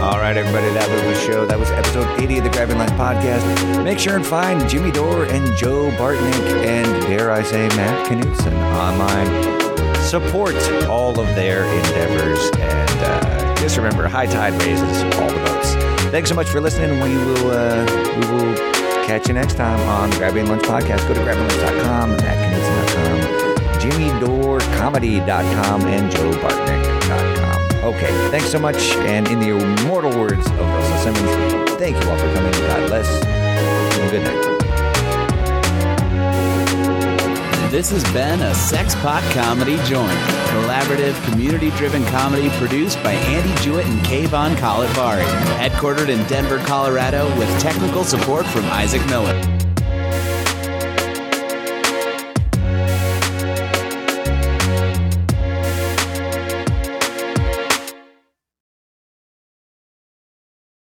Speaker 10: All right, everybody, that was the show. That was episode 80 of the Grabbing Line podcast. Make sure and find Jimmy Dore and Joe Bartnick and, dare I say, Matt Knutson online. Support all of their endeavors. And uh, just remember, high tide raises all the boats. Thanks so much for listening. We will, uh, we will catch you next time on Grabbing Lunch podcast. Go to grabbinglunch.com, mattknutson.com, jimmydorecomedy.com, and joebartnick.com. Okay, thanks so much. And in the immortal words of Russell Simmons, thank you all for coming. God bless. And good night.
Speaker 1: This has been a Sexpot Comedy Joint, collaborative, community-driven comedy produced by Andy Jewett and Kayvon Kalifari, headquartered in Denver, Colorado, with technical support from Isaac Miller.